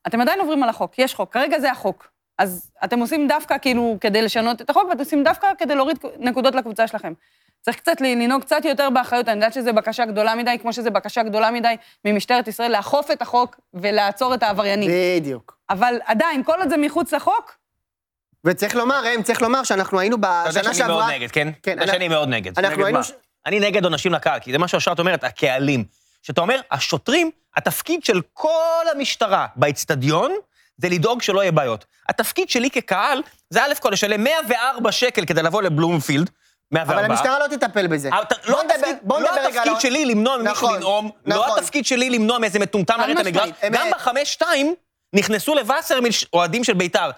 Speaker 4: אתם עדיין עוברים על החוק, יש חוק, כרגע זה החוק. אז אתם עושים דווקא כאילו כדי לשנות את החוק, ואתם עושים דווקא כדי להוריד נקודות לקבוצה שלכם. צריך קצת לנהוג קצת יותר באחריות, אני יודעת שזו בקשה גדולה מדי, כמו שזו בקשה גדולה מדי ממשטרת ישראל, לאכוף את החוק ולעצור את העבריינים.
Speaker 5: בדיוק.
Speaker 4: אבל עדיין, כל עוד זה מחוץ לחוק,
Speaker 5: וצריך לומר, הם, צריך לומר שאנחנו היינו
Speaker 3: אתה יודע
Speaker 5: בשנה
Speaker 3: שאני מאוד
Speaker 5: שעברה...
Speaker 3: נגד, כן? אתה
Speaker 5: כן,
Speaker 3: יודע
Speaker 5: אני-
Speaker 3: שאני מאוד נגד.
Speaker 5: אנחנו
Speaker 2: נגד
Speaker 5: היינו...
Speaker 2: מה?
Speaker 5: ש-
Speaker 3: אני נגד עונשים לקהל, כי זה מה שהשארת אומרת, הקהלים. שאתה אומר, השוטרים, התפקיד של כל המשטרה באצטדיון, זה לדאוג שלא יהיה בעיות. התפקיד שלי כקהל, זה א' כל לשלם 104 שקל כדי לבוא לבלומפילד, 104.
Speaker 5: אבל המשטרה לא תטפל בזה.
Speaker 3: אבל אתה- לא
Speaker 5: בוא נדבר-
Speaker 3: התפקיד-
Speaker 5: בוא
Speaker 3: לא
Speaker 5: נדבר רגע על
Speaker 3: התפקיד
Speaker 5: ה-
Speaker 3: שלי למנוע ממישהו
Speaker 5: נכון,
Speaker 3: לנאום, לא
Speaker 5: נכון.
Speaker 3: התפקיד שלי למנוע מאיזה מטומטם לרדת
Speaker 5: משמעית,
Speaker 3: למגרש.
Speaker 5: אמת.
Speaker 3: גם בחמש-שתיים נכנסו לווסרמיל ש- אוהדים של בית"ר.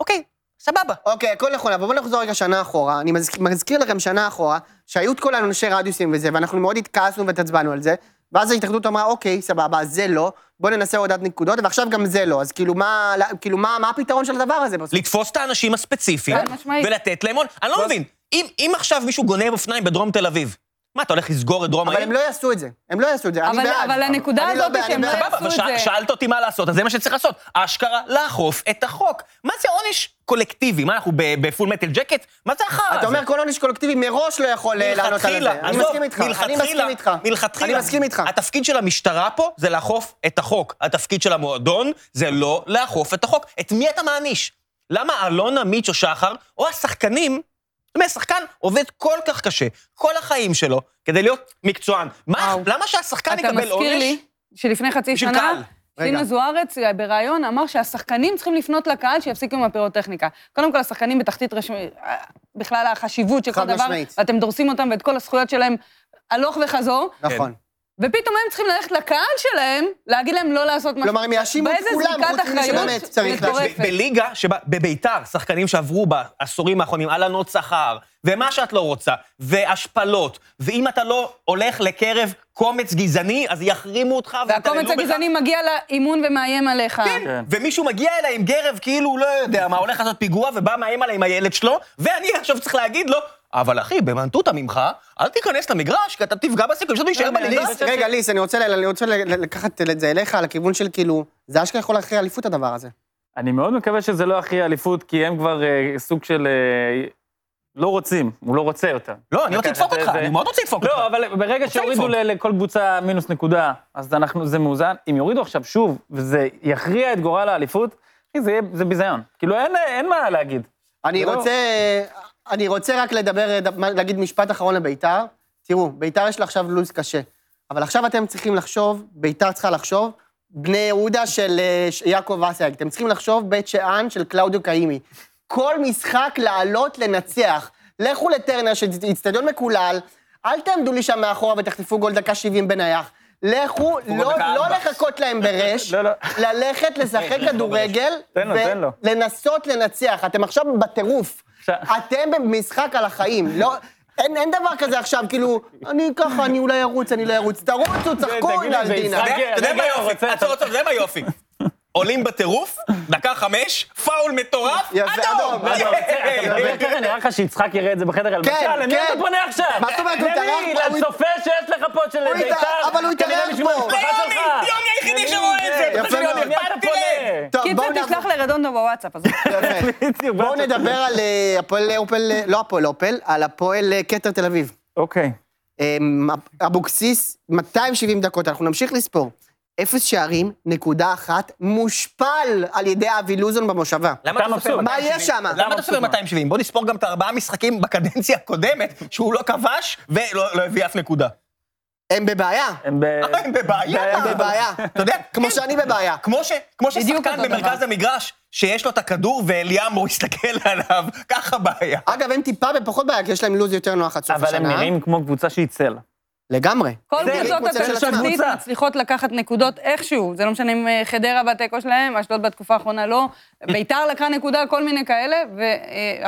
Speaker 3: אוקיי, סבבה.
Speaker 5: אוקיי, הכל נכון, אבל בואו נחזור רגע שנה אחורה. אני מזכ- מזכיר לכם שנה אחורה, שהיו את כל האנשי רדיוסים וזה, ואנחנו מאוד התכעסנו והתעצבנו על זה, ואז ההתאחדות אמרה, אוקיי, סבבה, אז זה לא, בואו ננסה הורדת נקודות, ועכשיו גם זה לא, אז כאילו, מה, כאילו, מה, מה הפתרון של הדבר הזה בסוף?
Speaker 3: לתפוס את האנשים הספציפיים,
Speaker 4: חד משמעית.
Speaker 3: ולתת להם הון. אני לא מבין, אם אם עכשיו מישהו גונב אופניים בדרום תל אביב, מה, אתה הולך לסגור את דרום
Speaker 5: אבל הם
Speaker 3: העיר?
Speaker 5: לא יעשו את זה, הם לא יעשו את זה, אני
Speaker 4: אבל-
Speaker 5: בעד.
Speaker 4: אבל הנקודה
Speaker 5: אני לא
Speaker 4: הזאת
Speaker 5: בעד,
Speaker 4: שהם
Speaker 5: אני
Speaker 4: לא
Speaker 5: בעד.
Speaker 3: סבבה,
Speaker 4: יעשו
Speaker 3: אבל
Speaker 4: את
Speaker 3: ש-
Speaker 4: זה.
Speaker 3: שאלת אותי מה לעשות, אז זה מה שצריך לעשות. אשכרה, לאכוף את החוק. מה זה עונש קולקטיבי? מה, אנחנו ב- בפול מטל ג'קט? מה זה החרא הזה?
Speaker 5: אתה אומר כל עונש קולקטיבי מראש לא יכול אה, לענות על
Speaker 3: מלכתחילה,
Speaker 5: זה. אני מסכים איתך, אני מסכים איתך.
Speaker 3: מלכתחילה,
Speaker 5: אני מסכים איתך.
Speaker 3: התפקיד של המשטרה פה זה לאכוף את החוק. התפקיד של המועדון זה לא לאכוף את החוק. את מי אתה מעניש? למה אלונה מיצ'ו שחר, או השחקנים, זאת אומרת, שחקן עובד כל כך קשה, כל החיים שלו, כדי להיות מקצוען. מה,
Speaker 4: וואו.
Speaker 3: למה שהשחקן
Speaker 4: אתה
Speaker 3: יקבל
Speaker 4: מזכיר
Speaker 3: עונש?
Speaker 4: לי שלפני חצי
Speaker 3: בשביל
Speaker 4: שנה,
Speaker 3: קהל. רגע.
Speaker 4: רינה זוארץ אה, בריאיון אמר שהשחקנים צריכים לפנות לקהל שיפסיקו עם הפירוטכניקה. קודם כל, השחקנים בתחתית רשמי, אה, בכלל החשיבות של כל
Speaker 5: חד
Speaker 4: דבר,
Speaker 5: משמעית.
Speaker 4: ואתם דורסים אותם ואת כל הזכויות שלהם הלוך וחזור,
Speaker 3: כן.
Speaker 5: נכון.
Speaker 4: ופתאום הם צריכים ללכת לקהל שלהם, להגיד להם לא לעשות משהו.
Speaker 5: כלומר, הם יאשימו את
Speaker 4: באיזה
Speaker 5: כולם,
Speaker 4: זריקת
Speaker 5: חוץ ממי
Speaker 4: אחריות
Speaker 5: שבאמת צריך להאשים.
Speaker 4: מטורפת.
Speaker 3: ב- בליגה שבה, בביתר, שחקנים שעברו בעשורים האחרונים, הלנות שכר, ומה שאת לא רוצה, והשפלות, ואם אתה לא הולך לקרב קומץ גזעני, אז יחרימו אותך
Speaker 4: והקומץ
Speaker 3: ויתעללו בך.
Speaker 4: הגזעני מגיע לאימון ומאיים עליך.
Speaker 3: כן, ומישהו מגיע אליי עם גרב כאילו הוא לא יודע מה, הולך לעשות פיגוע ובא מאיים עליי עם הילד שלו, ואני עכשיו צריך להגיד לו, אבל אחי, במנטותא ממך, אל תיכנס למגרש, כי אתה תפגע בסיכוי שאתה
Speaker 4: לא,
Speaker 3: תישאר בליגה.
Speaker 5: ליס, רגע, ליס, אני רוצה ל- אני רוצה ל- לקחת את זה אליך, לכיוון של כאילו, זה אשכרה יכול להכריע אליפות הדבר הזה.
Speaker 2: אני מאוד מקווה שזה לא הכי אליפות, כי הם כבר אה, סוג של... אה, לא רוצים, הוא לא רוצה אותה.
Speaker 3: לא, אני רוצה
Speaker 2: לקחת
Speaker 3: לדפוק
Speaker 2: את
Speaker 3: אותך,
Speaker 2: אוקיי, זה.
Speaker 3: אני מאוד רוצה
Speaker 5: אוקיי.
Speaker 3: לדפוק אותך.
Speaker 2: לא, אבל ברגע
Speaker 3: רוצה
Speaker 2: שיורידו
Speaker 3: לדפוק.
Speaker 2: ל- לכל קבוצה מינוס נקודה, אז אנחנו, זה מאוזן. אם יורידו עכשיו שוב, וזה יכריע את גורל האליפות, אחי, זה, יהיה- זה ביזיון. כאילו, אין, אין מה להגיד.
Speaker 5: אני
Speaker 2: לא.
Speaker 5: רוצה, אני רוצה רק לדבר, להגיד משפט אחרון לביתר. תראו, ביתר יש לה עכשיו לו"ז קשה, אבל עכשיו אתם צריכים לחשוב, ביתר צריכה לחשוב, בני יהודה של אה, ש- יעקב אסייג, אתם צריכים לחשוב בית שאן של קלאודיו קאימי. כל משחק לעלות, לנצח. לכו לטרנר, שזה איצטדיון מקולל, אל תעמדו לי שם מאחורה ותחטפו גול דקה 70 בנייח. לכו, לא,
Speaker 3: דקה
Speaker 5: לא
Speaker 3: ארבע.
Speaker 5: לחכות להם ברש,
Speaker 2: לא, לא.
Speaker 5: ללכת לשחק כדורגל,
Speaker 2: תן לו, תן לו.
Speaker 5: לנסות לנצח. אתם עכשיו בטירוף.
Speaker 2: עכשיו-
Speaker 5: אתם במשחק על החיים. לא, אין, אין דבר כזה עכשיו, כאילו, אני ככה, אני אולי ארוץ, אני לא ארוץ. תרוצו, צחקו
Speaker 2: תגיד לי,
Speaker 5: עם
Speaker 2: זה
Speaker 5: אלדינה.
Speaker 2: ישראלי?
Speaker 3: אתה יודע מה
Speaker 2: רגע,
Speaker 3: יופי?
Speaker 2: רוצה-
Speaker 3: עצור, עצור, אתה יודע מה יופי? עולים בטירוף, דקה חמש, פאול מטורף,
Speaker 5: יפה,
Speaker 3: אדום!
Speaker 5: אדום, אדום.
Speaker 2: אתה מדבר ככה, נראה לך שיצחק יראה את זה בחדר הלבשה?
Speaker 5: כן,
Speaker 2: למי
Speaker 5: כן.
Speaker 2: אתה פונה עכשיו?
Speaker 5: מה זאת אומרת, הוא
Speaker 2: למי?
Speaker 5: התארח פה, הוא-
Speaker 2: לצופה שיש לך פה של
Speaker 5: הוא
Speaker 2: בית"ר?
Speaker 5: התארח- אבל הוא
Speaker 2: כנראה
Speaker 5: התארח
Speaker 2: בשביל
Speaker 5: פה.
Speaker 2: המשפחה
Speaker 3: ליוני,
Speaker 2: שלך.
Speaker 3: יוני היחידי
Speaker 2: למי?
Speaker 3: שרואה את זה.
Speaker 2: כן,
Speaker 5: יפה
Speaker 2: יוני,
Speaker 5: מאוד.
Speaker 2: למי אתה
Speaker 3: אכפת לי
Speaker 2: פונה?
Speaker 5: טוב,
Speaker 4: קיצר,
Speaker 5: בואו
Speaker 4: תשלח
Speaker 5: נעבור-
Speaker 4: לרדונדו בוואטסאפ. אז-
Speaker 5: יפה. בואו נדבר על אה, הפועל אופל, אה, לא הפועל אופל, על הפועל אה, כתר תל אביב.
Speaker 2: אוקיי.
Speaker 5: אה, אבוקסיס, 270 דקות, אנחנו נמשיך לספור. אפס שערים, נקודה אחת, מושפל על ידי אבי לוזון במושבה.
Speaker 3: למה
Speaker 2: אתה
Speaker 3: אתה סופר
Speaker 2: מבסוט.
Speaker 5: מה
Speaker 3: 270?
Speaker 5: יש שם?
Speaker 3: למה אתה סופר 270? בוא נספור גם את ארבעה משחקים בקדנציה הקודמת שהוא לא כבש ולא לא הביא אף נקודה. אה,
Speaker 5: הם בבעיה,
Speaker 2: הם ב...
Speaker 3: הם בבעיה.
Speaker 5: אה, הם בבעיה.
Speaker 3: אתה יודע,
Speaker 5: כמו
Speaker 3: כן.
Speaker 5: שאני בבעיה.
Speaker 3: כמו, ש, כמו
Speaker 4: בדיוק
Speaker 3: ששחקן
Speaker 4: אותו
Speaker 3: במרכז
Speaker 4: דבר.
Speaker 3: המגרש, שיש לו את הכדור ואליאמו הסתכל עליו, ככה בעיה.
Speaker 5: אגב, הם טיפה בפחות בעיה, כי יש להם לו"ז יותר נוח עד סוף
Speaker 2: אבל
Speaker 5: השנה.
Speaker 2: הם נראים כמו קבוצה שהיא צל.
Speaker 5: לגמרי.
Speaker 4: כל
Speaker 5: זה
Speaker 4: קבוצות
Speaker 5: קבוצה של
Speaker 4: התחתית
Speaker 2: עצמה.
Speaker 4: מצליחות לקחת נקודות איכשהו. זה לא משנה אם אה, חדרה בתיקו שלהם, אשדוד בתקופה האחרונה לא. ביתר לקחה נקודה, כל מיני כאלה,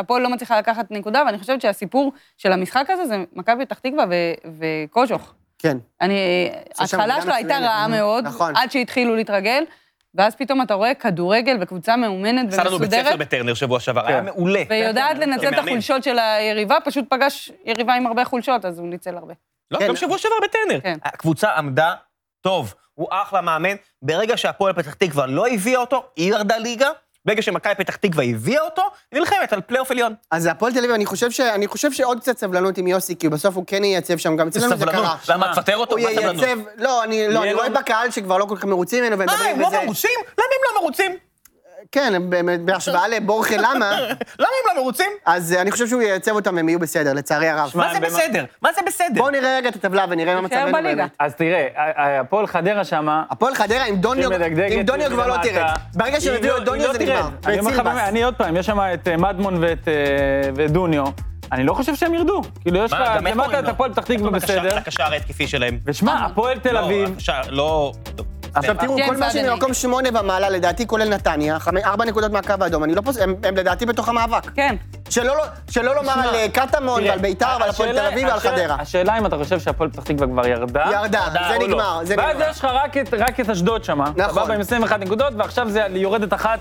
Speaker 4: והפועל לא מצליחה לקחת נקודה, ואני חושבת שהסיפור של המשחק הזה זה מכבי פתח תקווה ו- וקוז'וך.
Speaker 5: כן.
Speaker 4: אני... אה,
Speaker 5: עושה שם
Speaker 4: ההתחלה
Speaker 5: עבודה
Speaker 4: שלו הייתה
Speaker 5: מצוינת.
Speaker 4: רעה מאוד,
Speaker 5: נכון.
Speaker 4: עד שהתחילו להתרגל, ואז פתאום אתה רואה כדורגל וקבוצה מאומנת
Speaker 3: עשה לנו בית ספר
Speaker 4: ומסודרת,
Speaker 3: בטרנר שבוע שעבר, היה מעולה.
Speaker 4: ויודעת לנצל את
Speaker 3: כמאמן.
Speaker 4: החולשות של היריבה, פשוט פגש יריבה עם הרבה חולשות, אז הוא ניצל הרבה.
Speaker 3: לא,
Speaker 5: כן.
Speaker 3: גם שבוע שעבר בטרנר.
Speaker 4: כן.
Speaker 3: הקבוצה עמדה טוב, הוא אחלה מאמן. ברגע שהפועל פתח תקווה לא הביאה אותו, היא ירדה ליגה. ברגע שמכבי פתח תקווה הביאה אותו, היא נלחמת על פלייאוף עליון.
Speaker 5: אז הפועל תל אביב, אני חושב ש- אני חושב שעוד קצת סבלנות עם יוסי, כי בסוף הוא כן ייצב שם, גם אצלנו זה
Speaker 3: סבלנות.
Speaker 5: קרה.
Speaker 3: למה, תפטר אותו?
Speaker 5: הוא
Speaker 3: מה סבלנות?
Speaker 5: ייצב, לא, אני לא,
Speaker 2: יהיה
Speaker 5: אני רואה
Speaker 2: לו- אה,
Speaker 5: בקהל שכבר לא כל כך מרוצים ממנו, והם
Speaker 3: מה,
Speaker 5: מדברים
Speaker 3: הם לא
Speaker 5: וזה.
Speaker 3: מרוצים? למה הם לא מרוצים?
Speaker 5: כן, באמת, בהשוואה לבורחה למה,
Speaker 3: למה הם לא מרוצים?
Speaker 5: אז אה, אני חושב שהוא ייצב אותם והם יהיו בסדר, לצערי הרב.
Speaker 2: שמע,
Speaker 3: מה זה
Speaker 2: במה-
Speaker 3: בסדר? מה זה בסדר?
Speaker 5: בואו נראה רגע את הטבלה ונראה מה
Speaker 4: תישאר
Speaker 5: מצבנו
Speaker 4: בליגה.
Speaker 5: באמת.
Speaker 2: אז תראה, ה- ה- הפועל חדרה שמה...
Speaker 5: הפועל חדרה עם דוניו,
Speaker 2: שמדגדגת,
Speaker 5: עם דוניו
Speaker 2: היא
Speaker 5: כבר לא
Speaker 2: למטה.
Speaker 5: תרד. ברגע שהם
Speaker 2: היא
Speaker 5: הביאו
Speaker 2: לא-
Speaker 5: את דוניו
Speaker 2: היא
Speaker 5: זה
Speaker 2: לא
Speaker 5: נגמר.
Speaker 2: תרד. אני אומר לך,
Speaker 5: וסילבס.
Speaker 2: באמת, אני עוד פעם, יש שם את אה, מדמון ואת, אה, ואת דוניו. אני לא חושב שהם ירדו. כאילו, יש לך,
Speaker 3: מה, גם לא. איך
Speaker 2: למטה
Speaker 3: קוראים
Speaker 2: את
Speaker 3: לו?
Speaker 2: הפועל פתח תקווה
Speaker 3: לקשר-
Speaker 2: בסדר.
Speaker 3: לקשר ההתקפי שלהם.
Speaker 2: ושמע, הפועל תל
Speaker 3: לא,
Speaker 2: אביב...
Speaker 3: הקשר, לא... טוב,
Speaker 2: עכשיו
Speaker 3: בסדר.
Speaker 5: תראו,
Speaker 4: כן,
Speaker 5: כל מה
Speaker 4: סעדני.
Speaker 5: שממקום שמונה ומעלה, לדעתי, כולל נתניה, חמ- ארבע נקודות מהקו האדום, אני לא פוסק, הם הם לדעתי בתוך המאבק.
Speaker 4: כן.
Speaker 5: שלא לא- שלא לומר על אה, קטמון
Speaker 2: תראה,
Speaker 5: ועל ביתר ועל הפועל תל
Speaker 2: השאלה-
Speaker 5: אביב ועל
Speaker 2: השאלה-
Speaker 5: חדרה.
Speaker 2: השאלה אם אתה חושב שהפועל פתח תקווה כבר ירדה.
Speaker 5: ירדה, זה
Speaker 2: או לא.
Speaker 5: נגמר, זה
Speaker 2: ואז
Speaker 5: נגמר.
Speaker 2: יש לך רק את- רק את אשדוד שמה.
Speaker 5: נכון.
Speaker 2: סבבה, עם 21 נקודות, ועכשיו זה יורדת אחת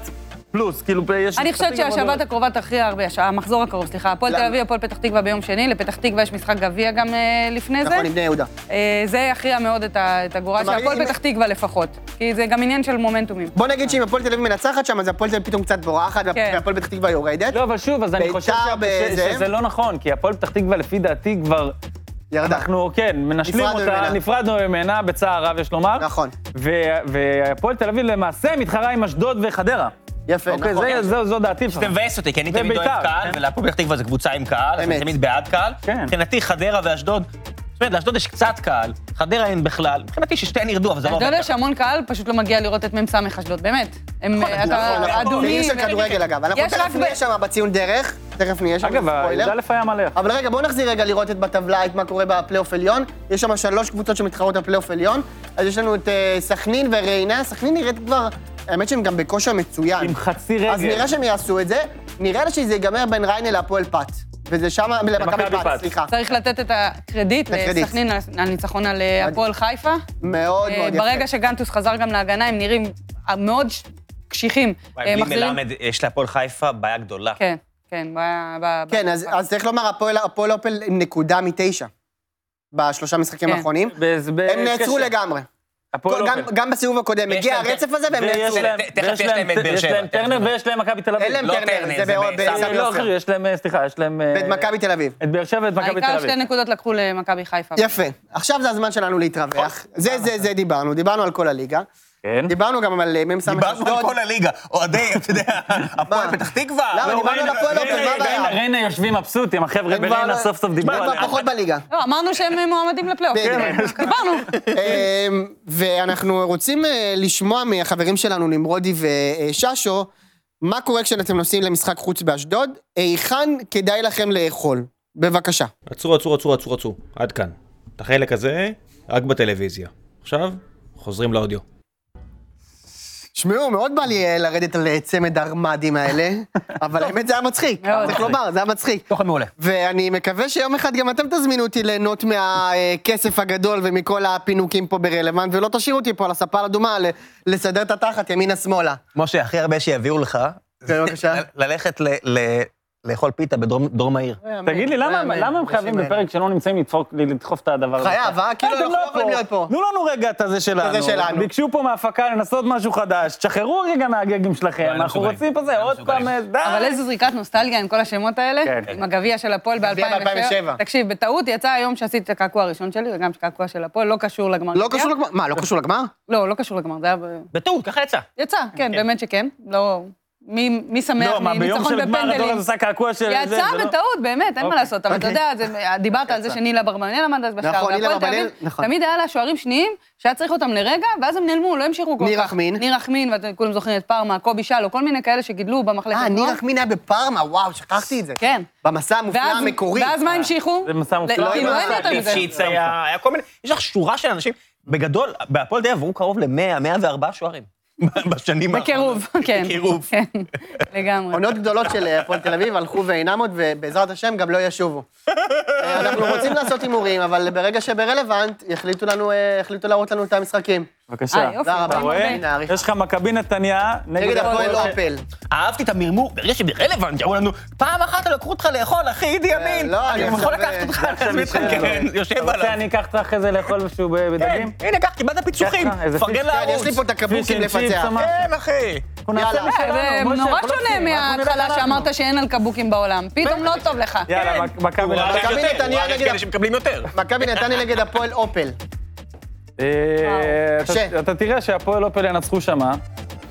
Speaker 2: פלוס. כאילו, יש...
Speaker 4: אני
Speaker 2: פתח
Speaker 4: חושבת
Speaker 2: תקווה
Speaker 4: שהשבת
Speaker 2: יורדת.
Speaker 4: הקרובה תכריע הרבה, הש- המחזור הקרוב, סליחה. הפועל
Speaker 5: למה?
Speaker 4: תל אביב, הפועל פתח תקווה ביום שני, לפתח תקווה יש משחק גביע גם אה, לפני זה.
Speaker 5: נכון, עם בני יהודה.
Speaker 4: אה, זה יכריע מאוד את ה- את הגורל של
Speaker 5: כלומר,
Speaker 4: הפועל
Speaker 5: אם- לא,
Speaker 4: פתח תקווה לפחות. כי זה גם עניין של מומנטומים.
Speaker 5: בוא נגיד שאם הפועל תל אביב מנצחת שם, אז הפועל תל אביב פתאום קצת בורחת,
Speaker 4: כן.
Speaker 5: והפועל פתח תקווה יורדת,
Speaker 2: לא, אבל שוב, אז אני
Speaker 5: ביתר
Speaker 2: חושב ש- ש-
Speaker 5: בזה.
Speaker 2: שזה לא נכון, כי הפועל פתח תקווה, לפי דעתי, כבר...
Speaker 5: ירדה.
Speaker 2: אנחנו, כן, מנשלים
Speaker 5: נפרדנו
Speaker 2: אותה,
Speaker 5: ממנה.
Speaker 2: נפרדנו ממנה, בצער רב, יש לומר.
Speaker 5: נכון.
Speaker 2: ו- והפועל תל אביב למעשה מתחרה עם אשדוד וחדרה.
Speaker 5: יפה,
Speaker 2: אוקיי,
Speaker 5: נכון.
Speaker 2: זה- זו- זו דעתי
Speaker 3: זה
Speaker 2: לפחות.
Speaker 3: מבאס אותי, כי אני תמיד
Speaker 2: ובית"ר,
Speaker 3: אוהב קהל,
Speaker 2: כן.
Speaker 3: ולהפועל פתח תקווה זה קבוצה עם קהל, אז
Speaker 5: אמת.
Speaker 3: אני תמיד בעד קהל.
Speaker 2: כן.
Speaker 3: מבחינתי חדרה ואשדוד, זאת אומרת, לאשדוד יש קצת קהל, חדרה אין בכלל, מבחינתי ששתיהן ירדו, אבל זה לא...
Speaker 4: אתה
Speaker 3: עובד
Speaker 4: יודע שהמון קהל פשוט לא מגיע לראות את מ"ס אשדוד, באמת. הם, אה,
Speaker 5: נכון,
Speaker 4: אתה
Speaker 5: נכון. זה
Speaker 4: אדומים.
Speaker 5: עיר של כדורגל אגב, אנחנו
Speaker 4: יש רק
Speaker 5: תכף
Speaker 4: ב-
Speaker 5: נהיה שם בציון דרך, תכף נהיה שם,
Speaker 2: אגב,
Speaker 5: ספוילר.
Speaker 2: י"א היה מלא.
Speaker 5: אבל רגע, בואו נחזיר רגע לראות את בטבלה, את מה קורה בפלייאוף עליון. יש שם שלוש קבוצות שמתחרות בפלייאוף עליון. אז יש לנו את אה, סכנין וריינה. סכנין נראית כבר, האמת שהם גם בכושר מצוין.
Speaker 2: עם חצי רגל.
Speaker 5: אז נראה שהם יעשו את זה. נראה לי שזה ייגמר בין ריינה להפועל פת. וזה שם, למכבי
Speaker 2: למכבי
Speaker 5: פת,
Speaker 2: פת.
Speaker 5: סליחה.
Speaker 4: צריך לתת את הקרדיט
Speaker 5: את הקרדיט.
Speaker 4: לסכנין על על הניצחון על אה, הפועל חיפה.
Speaker 5: מאוד
Speaker 4: אה,
Speaker 5: מאוד יפה.
Speaker 4: ברגע שגנטוס חזר גם להגנה, הם נראים אה, מאוד ש- קשיחים. אה,
Speaker 3: ככה. בלי
Speaker 4: מחזירים-
Speaker 3: מלמד, יש להפועל חיפה בעיה גדולה.
Speaker 4: כן, כן, ב... ב-
Speaker 5: כן,
Speaker 4: ב-
Speaker 5: אז אז צריך לומר, הפועל- הפועל אופל עם נקודה מתשע. בשלושה משחקים
Speaker 4: כן.
Speaker 5: האחרונים.
Speaker 2: באיז-
Speaker 5: הם
Speaker 2: בהתקשר.
Speaker 5: נעצרו לגמרי.
Speaker 2: הפועל
Speaker 5: כל- גם-
Speaker 2: אופן.
Speaker 5: גם בסיבוב הקודם
Speaker 3: יש
Speaker 5: הגיע
Speaker 3: להם-
Speaker 5: הרצף הזה והם
Speaker 2: ויש
Speaker 5: נעצרו.
Speaker 2: להם-
Speaker 3: תכף
Speaker 2: ויש
Speaker 3: יש להם את באר
Speaker 2: יש
Speaker 3: שבע,
Speaker 2: להם
Speaker 3: תכף.
Speaker 2: טרנר ויש להם מכבי תל אביב.
Speaker 5: אין להם
Speaker 3: לא
Speaker 5: טרנר,
Speaker 3: טרנר,
Speaker 5: זה
Speaker 3: זה
Speaker 5: בא-
Speaker 3: בסמי
Speaker 5: בסמי
Speaker 2: לא,
Speaker 5: עופר.
Speaker 2: אחי, יש להם, אה, סליחה, יש להם... אה,
Speaker 5: ואת מכבי תל אביב.
Speaker 2: את באר שבע ואת מכבי תל
Speaker 4: העיקר
Speaker 2: אביב.
Speaker 4: שתי נקודות לקחו למכבי חיפה.
Speaker 5: יפה. עכשיו זה הזמן שלנו
Speaker 3: נכון.
Speaker 5: להתרווח. זה, זה, זה דיברנו. דיברנו על כל הליגה.
Speaker 2: כן.
Speaker 5: דיברנו גם על אה, מ"ס
Speaker 3: Mm-hmm. דיברנו על
Speaker 5: אשדוד.
Speaker 3: כל הליגה, אוהדי, אתה יודע, הפועל
Speaker 5: מה?
Speaker 3: פתח תקווה.
Speaker 5: למה?
Speaker 3: לא,
Speaker 5: דיברנו על
Speaker 3: ריינה-
Speaker 5: הפועל אופן,
Speaker 3: ריינה-
Speaker 5: מה הבעיה?
Speaker 2: ריינה- ריינה יושבים מבסוטים, החבר'ה
Speaker 5: הם כבר
Speaker 2: בריינה
Speaker 5: לא-
Speaker 2: סוף סוף דיברו
Speaker 5: הם
Speaker 2: עליה.
Speaker 5: כבר פחות בליגה.
Speaker 4: לא, אמרנו שהם מועמדים לפלייאוף.
Speaker 5: כן.
Speaker 4: דיברנו.
Speaker 5: אה, ואנחנו רוצים אה, לשמוע מהחברים שלנו, נמרודי וששו, מה קורה כשאתם נוסעים למשחק חוץ באשדוד? היכן כדאי לכם לאכול? בבקשה.
Speaker 9: עצרו, עצרו, עצרו, עצרו, עצרו, עד כאן. את החלק הזה, רק בטלוויזיה. עכשיו, חוזרים לאודיו.
Speaker 5: שמעו, מאוד בא לי אה, לרדת על אה, צמד הרמדים האלה, אבל האמת זה היה מצחיק.
Speaker 4: מאוד.
Speaker 5: צריך לומר, זה היה מצחיק.
Speaker 3: תוכן מעולה.
Speaker 5: ואני מקווה שיום אחד גם אתם תזמינו אותי ליהנות מהכסף הגדול ומכל הפינוקים פה ברלוונט, ולא תשאירו אותי פה על הספה האדומה ל- לסדר את התחת ימינה-שמאלה.
Speaker 3: משה, הכי הרבה שיביאו לך,
Speaker 5: כן, בבקשה.
Speaker 3: ל- ללכת ל- ל- לאכול פיתה בדרום דרום העיר.
Speaker 2: תגיד לי, למה
Speaker 5: אמן,
Speaker 2: למה הם
Speaker 5: אנשים
Speaker 2: חייבים
Speaker 5: האלה.
Speaker 2: בפרק שלא נמצאים לדפוק- לדחוף את הדבר הזה?
Speaker 5: חייב, אה? כאילו,
Speaker 2: אתם
Speaker 5: אנחנו
Speaker 2: לא
Speaker 5: לא יכולים להיות פה.
Speaker 2: תנו לנו רגע את הזה שלנו.
Speaker 5: שלנו.
Speaker 2: ביקשו פה מההפקה לנסות משהו חדש, תשחררו רגע מהגגים שלכם,
Speaker 3: לא
Speaker 2: אנחנו
Speaker 3: מסוגלים.
Speaker 2: רוצים פה זה,
Speaker 3: לא
Speaker 2: עוד פעם,
Speaker 3: מסוגלים.
Speaker 2: אה, די.
Speaker 4: אבל איזו זריקת נוסטלגיה עם כל השמות האלה,
Speaker 2: כן, כן.
Speaker 4: עם הגביע של הפועל
Speaker 5: גביע
Speaker 4: ב-2007.
Speaker 5: ב-2007.
Speaker 4: תקשיב, בטעות יצא היום שעשיתי את הקעקוע הראשון שלי, וגם קעקוע של הפועל, לא קשור לגמר.
Speaker 5: לא
Speaker 4: גביע.
Speaker 5: קשור לגמר? מה, לא קשור לגמר?
Speaker 4: לא, לא קשור לגמר, זה היה... ב-
Speaker 3: בטעות, ככה יצא.
Speaker 4: יצא, כן, באמת שכן. לא... מי מי שמח
Speaker 2: לא, מה, ביום
Speaker 4: מניצחון
Speaker 2: של גמר הדור
Speaker 4: בפנדלים?
Speaker 2: הזה עשה קעקוע של... זה,
Speaker 4: יצא
Speaker 2: זה לא-
Speaker 4: בטעות, באמת, אין מה
Speaker 2: אוקיי.
Speaker 4: לעשות, אבל אתה יודע, זה- דיברת על זה שנילה ברבנאל עמד אז בשער,
Speaker 5: נכון, נילה
Speaker 4: והפועל תל
Speaker 5: אברבנאל,
Speaker 4: אביב,
Speaker 5: נכון.
Speaker 4: תמיד היה לה שוערים שניים, שהיה צריך אותם לרגע, ואז הם נעלמו, לא המשיכו כל כך.
Speaker 5: ניר רחמין.
Speaker 4: ניר רחמין, ואתם כולם זוכרים את פארמה, קובי שלו, כל מיני כאלה שגידלו במחלקת
Speaker 5: אה, ניר
Speaker 4: נוער.
Speaker 5: רחמין היה בפארמה, וואו, שכחתי את זה.
Speaker 4: כן.
Speaker 5: במסע המופלא
Speaker 4: ואז-
Speaker 5: המקורי.
Speaker 4: ואז מה המשיכו?
Speaker 2: זה מסע מופלא.
Speaker 4: לא,
Speaker 5: לא,
Speaker 4: כאילו,
Speaker 5: לא,
Speaker 4: אין
Speaker 5: לא,
Speaker 4: יותר מזה.
Speaker 3: ליפשיץ היה, היה כל מיני, יש לך שורה של אנשים, בגדול, בהפועל די עברו קרוב ל-100, 104 שוערים. בשנים
Speaker 4: בקירוב, כן.
Speaker 3: בקירוב.
Speaker 4: כן, לגמרי.
Speaker 5: עונות גדולות של אה, הפועל תל אביב הלכו ואינם עוד, ובעזרת השם גם לא ישובו. אה, אנחנו רוצים לעשות הימורים, אבל ברגע שברלוונט, יחליטו לנו, אה, יחליטו להראות לנו את המשחקים.
Speaker 2: בבקשה.
Speaker 4: אה, יופי,
Speaker 5: תודה
Speaker 2: אתה
Speaker 5: רבה.
Speaker 2: רואה?
Speaker 5: נעריך.
Speaker 2: יש לך מכבי נתניה
Speaker 5: נגד
Speaker 2: נגד
Speaker 5: הפועל לא. אופל.
Speaker 3: אהבתי את המרמור, ברגע שברלוונט, אמרו לנו, פעם אחת לא לקחו אותך לאכול, אחי, אידי ימין.
Speaker 5: לא, אני
Speaker 3: יכול
Speaker 5: עכשיו,
Speaker 3: לקחת אותך,
Speaker 5: אה,
Speaker 3: להזמין אותך, כן, יושב
Speaker 2: אתה רוצה,
Speaker 3: עליו.
Speaker 2: אני אקח אותך אחרי זה לאכול משהו ב-
Speaker 3: כן,
Speaker 2: בדגים?
Speaker 3: הנה, קח, קיבלת פיצוחים,
Speaker 2: ככה, איזה פיצ-
Speaker 3: פרגן
Speaker 5: כן,
Speaker 3: לערוץ.
Speaker 5: יש לי פה את הקבוקים
Speaker 2: פיש אנד צ'יפס,
Speaker 5: לפצח.
Speaker 2: אמרתי.
Speaker 3: כן, אחי.
Speaker 2: אנחנו נעשה
Speaker 5: יאללה.
Speaker 2: משלנו,
Speaker 4: זה
Speaker 2: משה,
Speaker 4: נורא
Speaker 2: אנחנו לא
Speaker 4: שונה
Speaker 2: עושים, אנחנו נלך
Speaker 4: מההתחלה
Speaker 2: עלינו.
Speaker 4: שאמרת שאין על קבוקים בעולם. פתאום לא טוב לך.
Speaker 2: יאללה,
Speaker 3: כן.
Speaker 2: מק- מכבי
Speaker 3: הוא ראה
Speaker 2: נתניה.
Speaker 3: שיש
Speaker 5: מכבי
Speaker 3: יותר,
Speaker 5: נתניה
Speaker 3: הוא ראה שיש
Speaker 5: נגד-
Speaker 3: כאלה שמקבלים יותר.
Speaker 5: מכבי נתניה נגד הפועל אופל.
Speaker 2: אה,
Speaker 5: וואו.
Speaker 2: אתה-
Speaker 5: קשה.
Speaker 2: אתה תראה שהפועל אופל ינצחו שמה,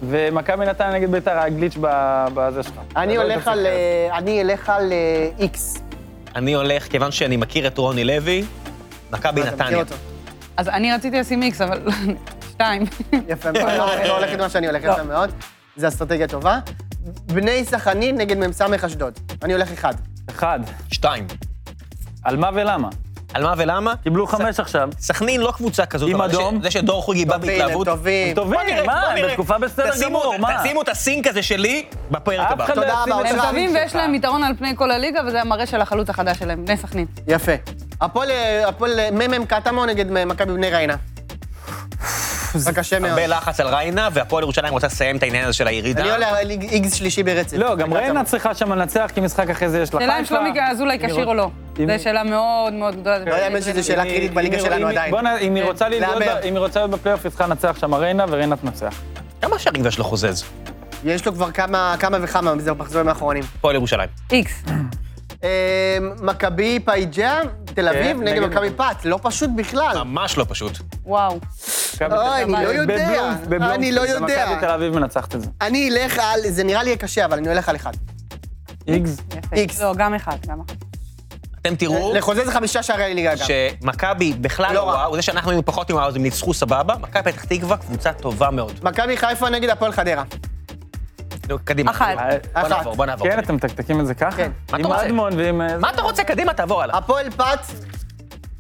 Speaker 2: ומכבי נתניה נגד ביתר, היה גליץ' ב- בזה שלך.
Speaker 1: אני
Speaker 2: לא
Speaker 1: אלך
Speaker 2: היית
Speaker 1: על,
Speaker 2: מפקד.
Speaker 1: אה, אני אלך על
Speaker 5: אה,
Speaker 1: איקס.
Speaker 3: אני הולך, כיוון שאני מכיר את רוני לוי, מכבי נתניה.
Speaker 4: אז אני רציתי לשים איקס, אבל שתיים.
Speaker 1: יפה מאוד, לא, זה לא הולך את מה שאני הולך, יפה מאוד. זו אסטרטגיה טובה. בני סכנין נגד מ"ס אשדוד. אני הולך אחד.
Speaker 2: אחד.
Speaker 3: שתיים.
Speaker 2: על מה ולמה?
Speaker 3: על מה ולמה?
Speaker 2: קיבלו חמש עכשיו.
Speaker 3: סכנין לא קבוצה כזאת.
Speaker 2: עם
Speaker 3: אבל זה ש-
Speaker 2: אדום?
Speaker 3: זה שדור חוגי בא
Speaker 1: טובים, הם
Speaker 3: בהתלהבות.
Speaker 1: טובים.
Speaker 2: טובים,
Speaker 3: בוא נראה,
Speaker 2: מה?
Speaker 3: בוא
Speaker 2: הם
Speaker 3: נראה.
Speaker 2: בתקופה בסדר
Speaker 3: תשימו-
Speaker 2: גמור, מה?
Speaker 3: תשימו את הסינק הזה שלי בפרק
Speaker 2: אף
Speaker 3: הבא.
Speaker 2: אחד לא
Speaker 1: תודה
Speaker 2: ישים
Speaker 1: רבה,
Speaker 2: לב.
Speaker 1: אושר.
Speaker 4: הם טובים
Speaker 1: שלך.
Speaker 4: ויש להם יתרון על פני כל הליגה, וזה המראה של החלוץ החדש שלהם, בני סכנין.
Speaker 1: יפה. הפועל, אה, הפועל אה, מ"מ קטמון נגד מ- מכבי בני ריינה. זה קשה מאוד.
Speaker 3: הרבה לחץ על ריינה, והפועל ירושלים רוצה לסיים את העניין הזה של הירידה.
Speaker 1: אני עולה על איג- איגס שלישי ברצף.
Speaker 2: לא, גם
Speaker 1: קטמון.
Speaker 2: ריינה צריכה שם לנצח, כי משחק אחרי זה יש לה
Speaker 4: שאלה אם שלומי אזולאי כשיר או לא.
Speaker 2: אם-
Speaker 4: זו שאלה מאוד מאוד גדולה.
Speaker 1: לא יאמן שזו שאלה קריטית בליגה שלנו עדיין. כן,
Speaker 2: בוא'נה, אם היא רוצה להיות
Speaker 1: להמר.
Speaker 2: ב- אם היא רוצה להיות בפלייאוף, היא צריכה לנצח שם ריינה, וריינה תנצח.
Speaker 3: כמה שערים יש לו חוזז?
Speaker 1: יש לו כבר כמה כמה וכמה, זה במחזורים האחרונים.
Speaker 3: הפועל ירושלים.
Speaker 4: איקס.
Speaker 1: אה, מכבי פייג'ה, תל אביב,
Speaker 2: כן,
Speaker 1: נגד
Speaker 2: נגד
Speaker 1: מכבי פת. לא פשוט בכלל.
Speaker 3: ממש לא פשוט.
Speaker 4: וואו.
Speaker 1: אוי, אני לא
Speaker 2: בבלומפ-
Speaker 1: יודע.
Speaker 2: בבלומפילד,
Speaker 1: אני לא יודע.
Speaker 2: מכבי תל אביב מנצחת את זה.
Speaker 1: אני אלך על, זה נראה לי יהיה קשה, אבל אני הולך על אחד.
Speaker 2: איגז.
Speaker 4: יפה.
Speaker 1: איקס.
Speaker 4: לא, גם אחד, גם אחד.
Speaker 3: אתם תראו
Speaker 1: לחוזה זה חמישה שערי ליגה, אגב.
Speaker 3: שמכבי בכלל
Speaker 1: לא
Speaker 3: לא
Speaker 1: רע.
Speaker 3: רעה, זה שאנחנו היינו פחות עם האוז, הם ניצחו סבבה. מכבי פתח תקווה, קבוצה טובה מאוד.
Speaker 1: מכבי חיפה נגד הפועל חדרה.
Speaker 3: נו, קדימה.
Speaker 4: אחת.
Speaker 3: קדימה. בוא
Speaker 1: אחת.
Speaker 3: נעבור, בוא נעבור.
Speaker 2: כן, אתם מתקתקים את זה ככה?
Speaker 1: כן.
Speaker 3: מה אתה
Speaker 2: עם
Speaker 3: רוצה?
Speaker 2: אדמון ועם... אה,
Speaker 3: מה אתה רוצה? קדימה, תעבור הלאה.
Speaker 1: הפועל פת,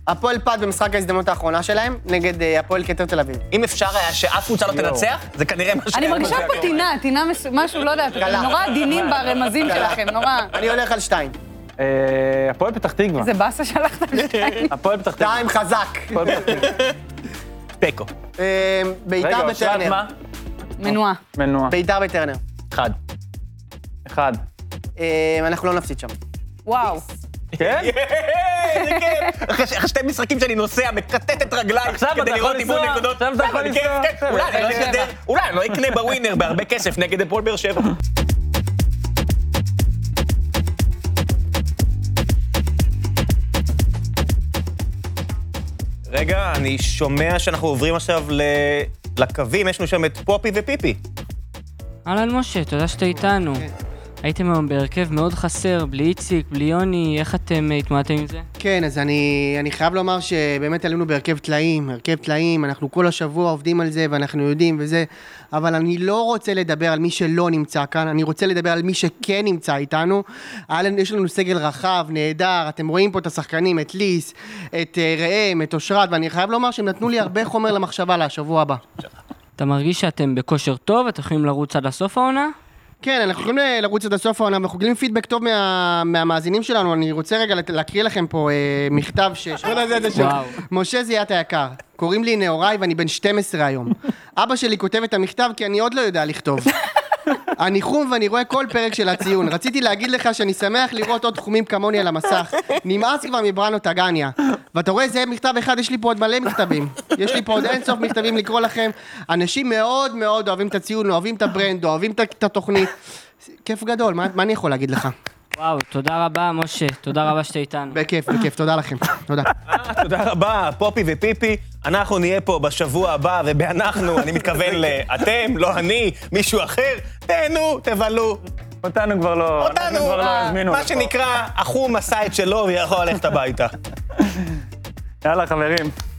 Speaker 1: הפועל פת במשחק ההזדמנות האחרונה שלהם, נגד אה, הפועל כתר תל אביב.
Speaker 3: אם אפשר היה שאף קבוצה לא
Speaker 2: יואו.
Speaker 3: תנצח, זה כנראה מה ש...
Speaker 4: אני מרגישה פה טינה, טינה מס- משהו, לא יודעת, אתם נורא עדינים ברמזים שלכם, נורא.
Speaker 1: אני הולך על שתיים.
Speaker 2: אה, הפועל פתח תקווה.
Speaker 4: איזה באסה שלחתם שתיים.
Speaker 2: הפועל פתח תקווה.
Speaker 1: שתיים חזק.
Speaker 2: הפועל פתח תקווה.
Speaker 3: תיקו.
Speaker 1: אה,
Speaker 2: רגע,
Speaker 1: ביתר
Speaker 2: אושרת,
Speaker 1: בטרנר.
Speaker 2: מה?
Speaker 4: מנועה.
Speaker 2: מנוע.
Speaker 1: ביתר בטרנר.
Speaker 3: אחד.
Speaker 2: אחד.
Speaker 1: אה, אנחנו לא נפסיד שם.
Speaker 4: וואו.
Speaker 2: כן?
Speaker 3: איזה כיף! אחרי ש- אחרי שתי משחקים שאני נוסע, מכתת את רגליי
Speaker 2: עכשיו
Speaker 3: כדי
Speaker 2: אתה יכול
Speaker 3: לראות אימון
Speaker 2: לנסוע,
Speaker 3: נקודות.
Speaker 2: עכשיו אתה
Speaker 3: כן,
Speaker 2: יכול
Speaker 3: כן,
Speaker 2: לנסוע.
Speaker 3: כן.
Speaker 2: בסדר,
Speaker 3: אולי אני לא
Speaker 4: באר
Speaker 3: אקנה-
Speaker 4: שבע.
Speaker 3: אולי אני לא אקנה בווינר בהרבה כסף נגד הפועל באר שבע. רגע, אני שומע שאנחנו עוברים עכשיו ל- לקווים, יש לנו שם את פופי ופיפי.
Speaker 5: אהלן משה, תודה שאתה איתנו.
Speaker 1: כן.
Speaker 5: הייתם היום בהרכב מאוד חסר, בלי איציק, בלי יוני, איך אתם אה, התמודדתם עם זה?
Speaker 1: כן, אז אני, אני חייב לומר שבאמת עלינו בהרכב טלאים, הרכב טלאים, אנחנו כל השבוע עובדים על זה ואנחנו יודעים וזה, אבל אני לא רוצה לדבר על מי שלא נמצא כאן, אני רוצה לדבר על מי שכן נמצא איתנו. היה לנו- יש לנו סגל רחב, נהדר, אתם רואים פה את השחקנים, את ליס, את אה, ראם, את אושרת, ואני חייב לומר שהם נתנו לי הרבה חומר למחשבה לשבוע הבא.
Speaker 5: אתה מרגיש שאתם בכושר טוב, אתם יכולים לרוץ עד הסוף העונה?
Speaker 1: כן, אנחנו יכולים ל- לרוץ עד הסוף העונה, ואנחנו קיבלים פידבק טוב מה, מהמאזינים שלנו. אני רוצה רגע לת- להקריא לכם פה אה, מכתב ש...
Speaker 5: וואו.
Speaker 1: משה זיאת היקר, קוראים לי נאורי ואני בן 12 היום. אבא שלי כותב את המכתב כי אני עוד לא יודע לכתוב. אני חום ואני רואה כל פרק של הציון. רציתי להגיד לך שאני שמח לראות עוד תחומים כמוני על המסך. נמאס כבר מברנו טגניה. ואתה רואה, זה מכתב אחד, יש לי פה עוד מלא מכתבים. יש לי פה עוד אינסוף מכתבים לקרוא לכם. אנשים מאוד מאוד אוהבים את הציון, אוהבים את הברנד, אוהבים את- את התוכנית. כיף גדול, מה מה אני יכול להגיד לך?
Speaker 5: וואו, תודה רבה משה, תודה רבה שאתה איתנו.
Speaker 1: בכיף, בכיף, תודה לכם. תודה.
Speaker 3: תודה רבה, פופי ופיפי. אנחנו נהיה פה בשבוע הבא, ובאנחנו, אני מתכוון לאתם, לא אני, מישהו אחר. תהנו, תבלו.
Speaker 2: אותנו כבר לא... אנחנו
Speaker 3: אותנו, אה,
Speaker 2: כבר לא הזמינו
Speaker 3: מה
Speaker 2: לפה.
Speaker 3: שנקרא, החום עשה את שלו ויכול ללכת הביתה.
Speaker 2: יאללה, חברים.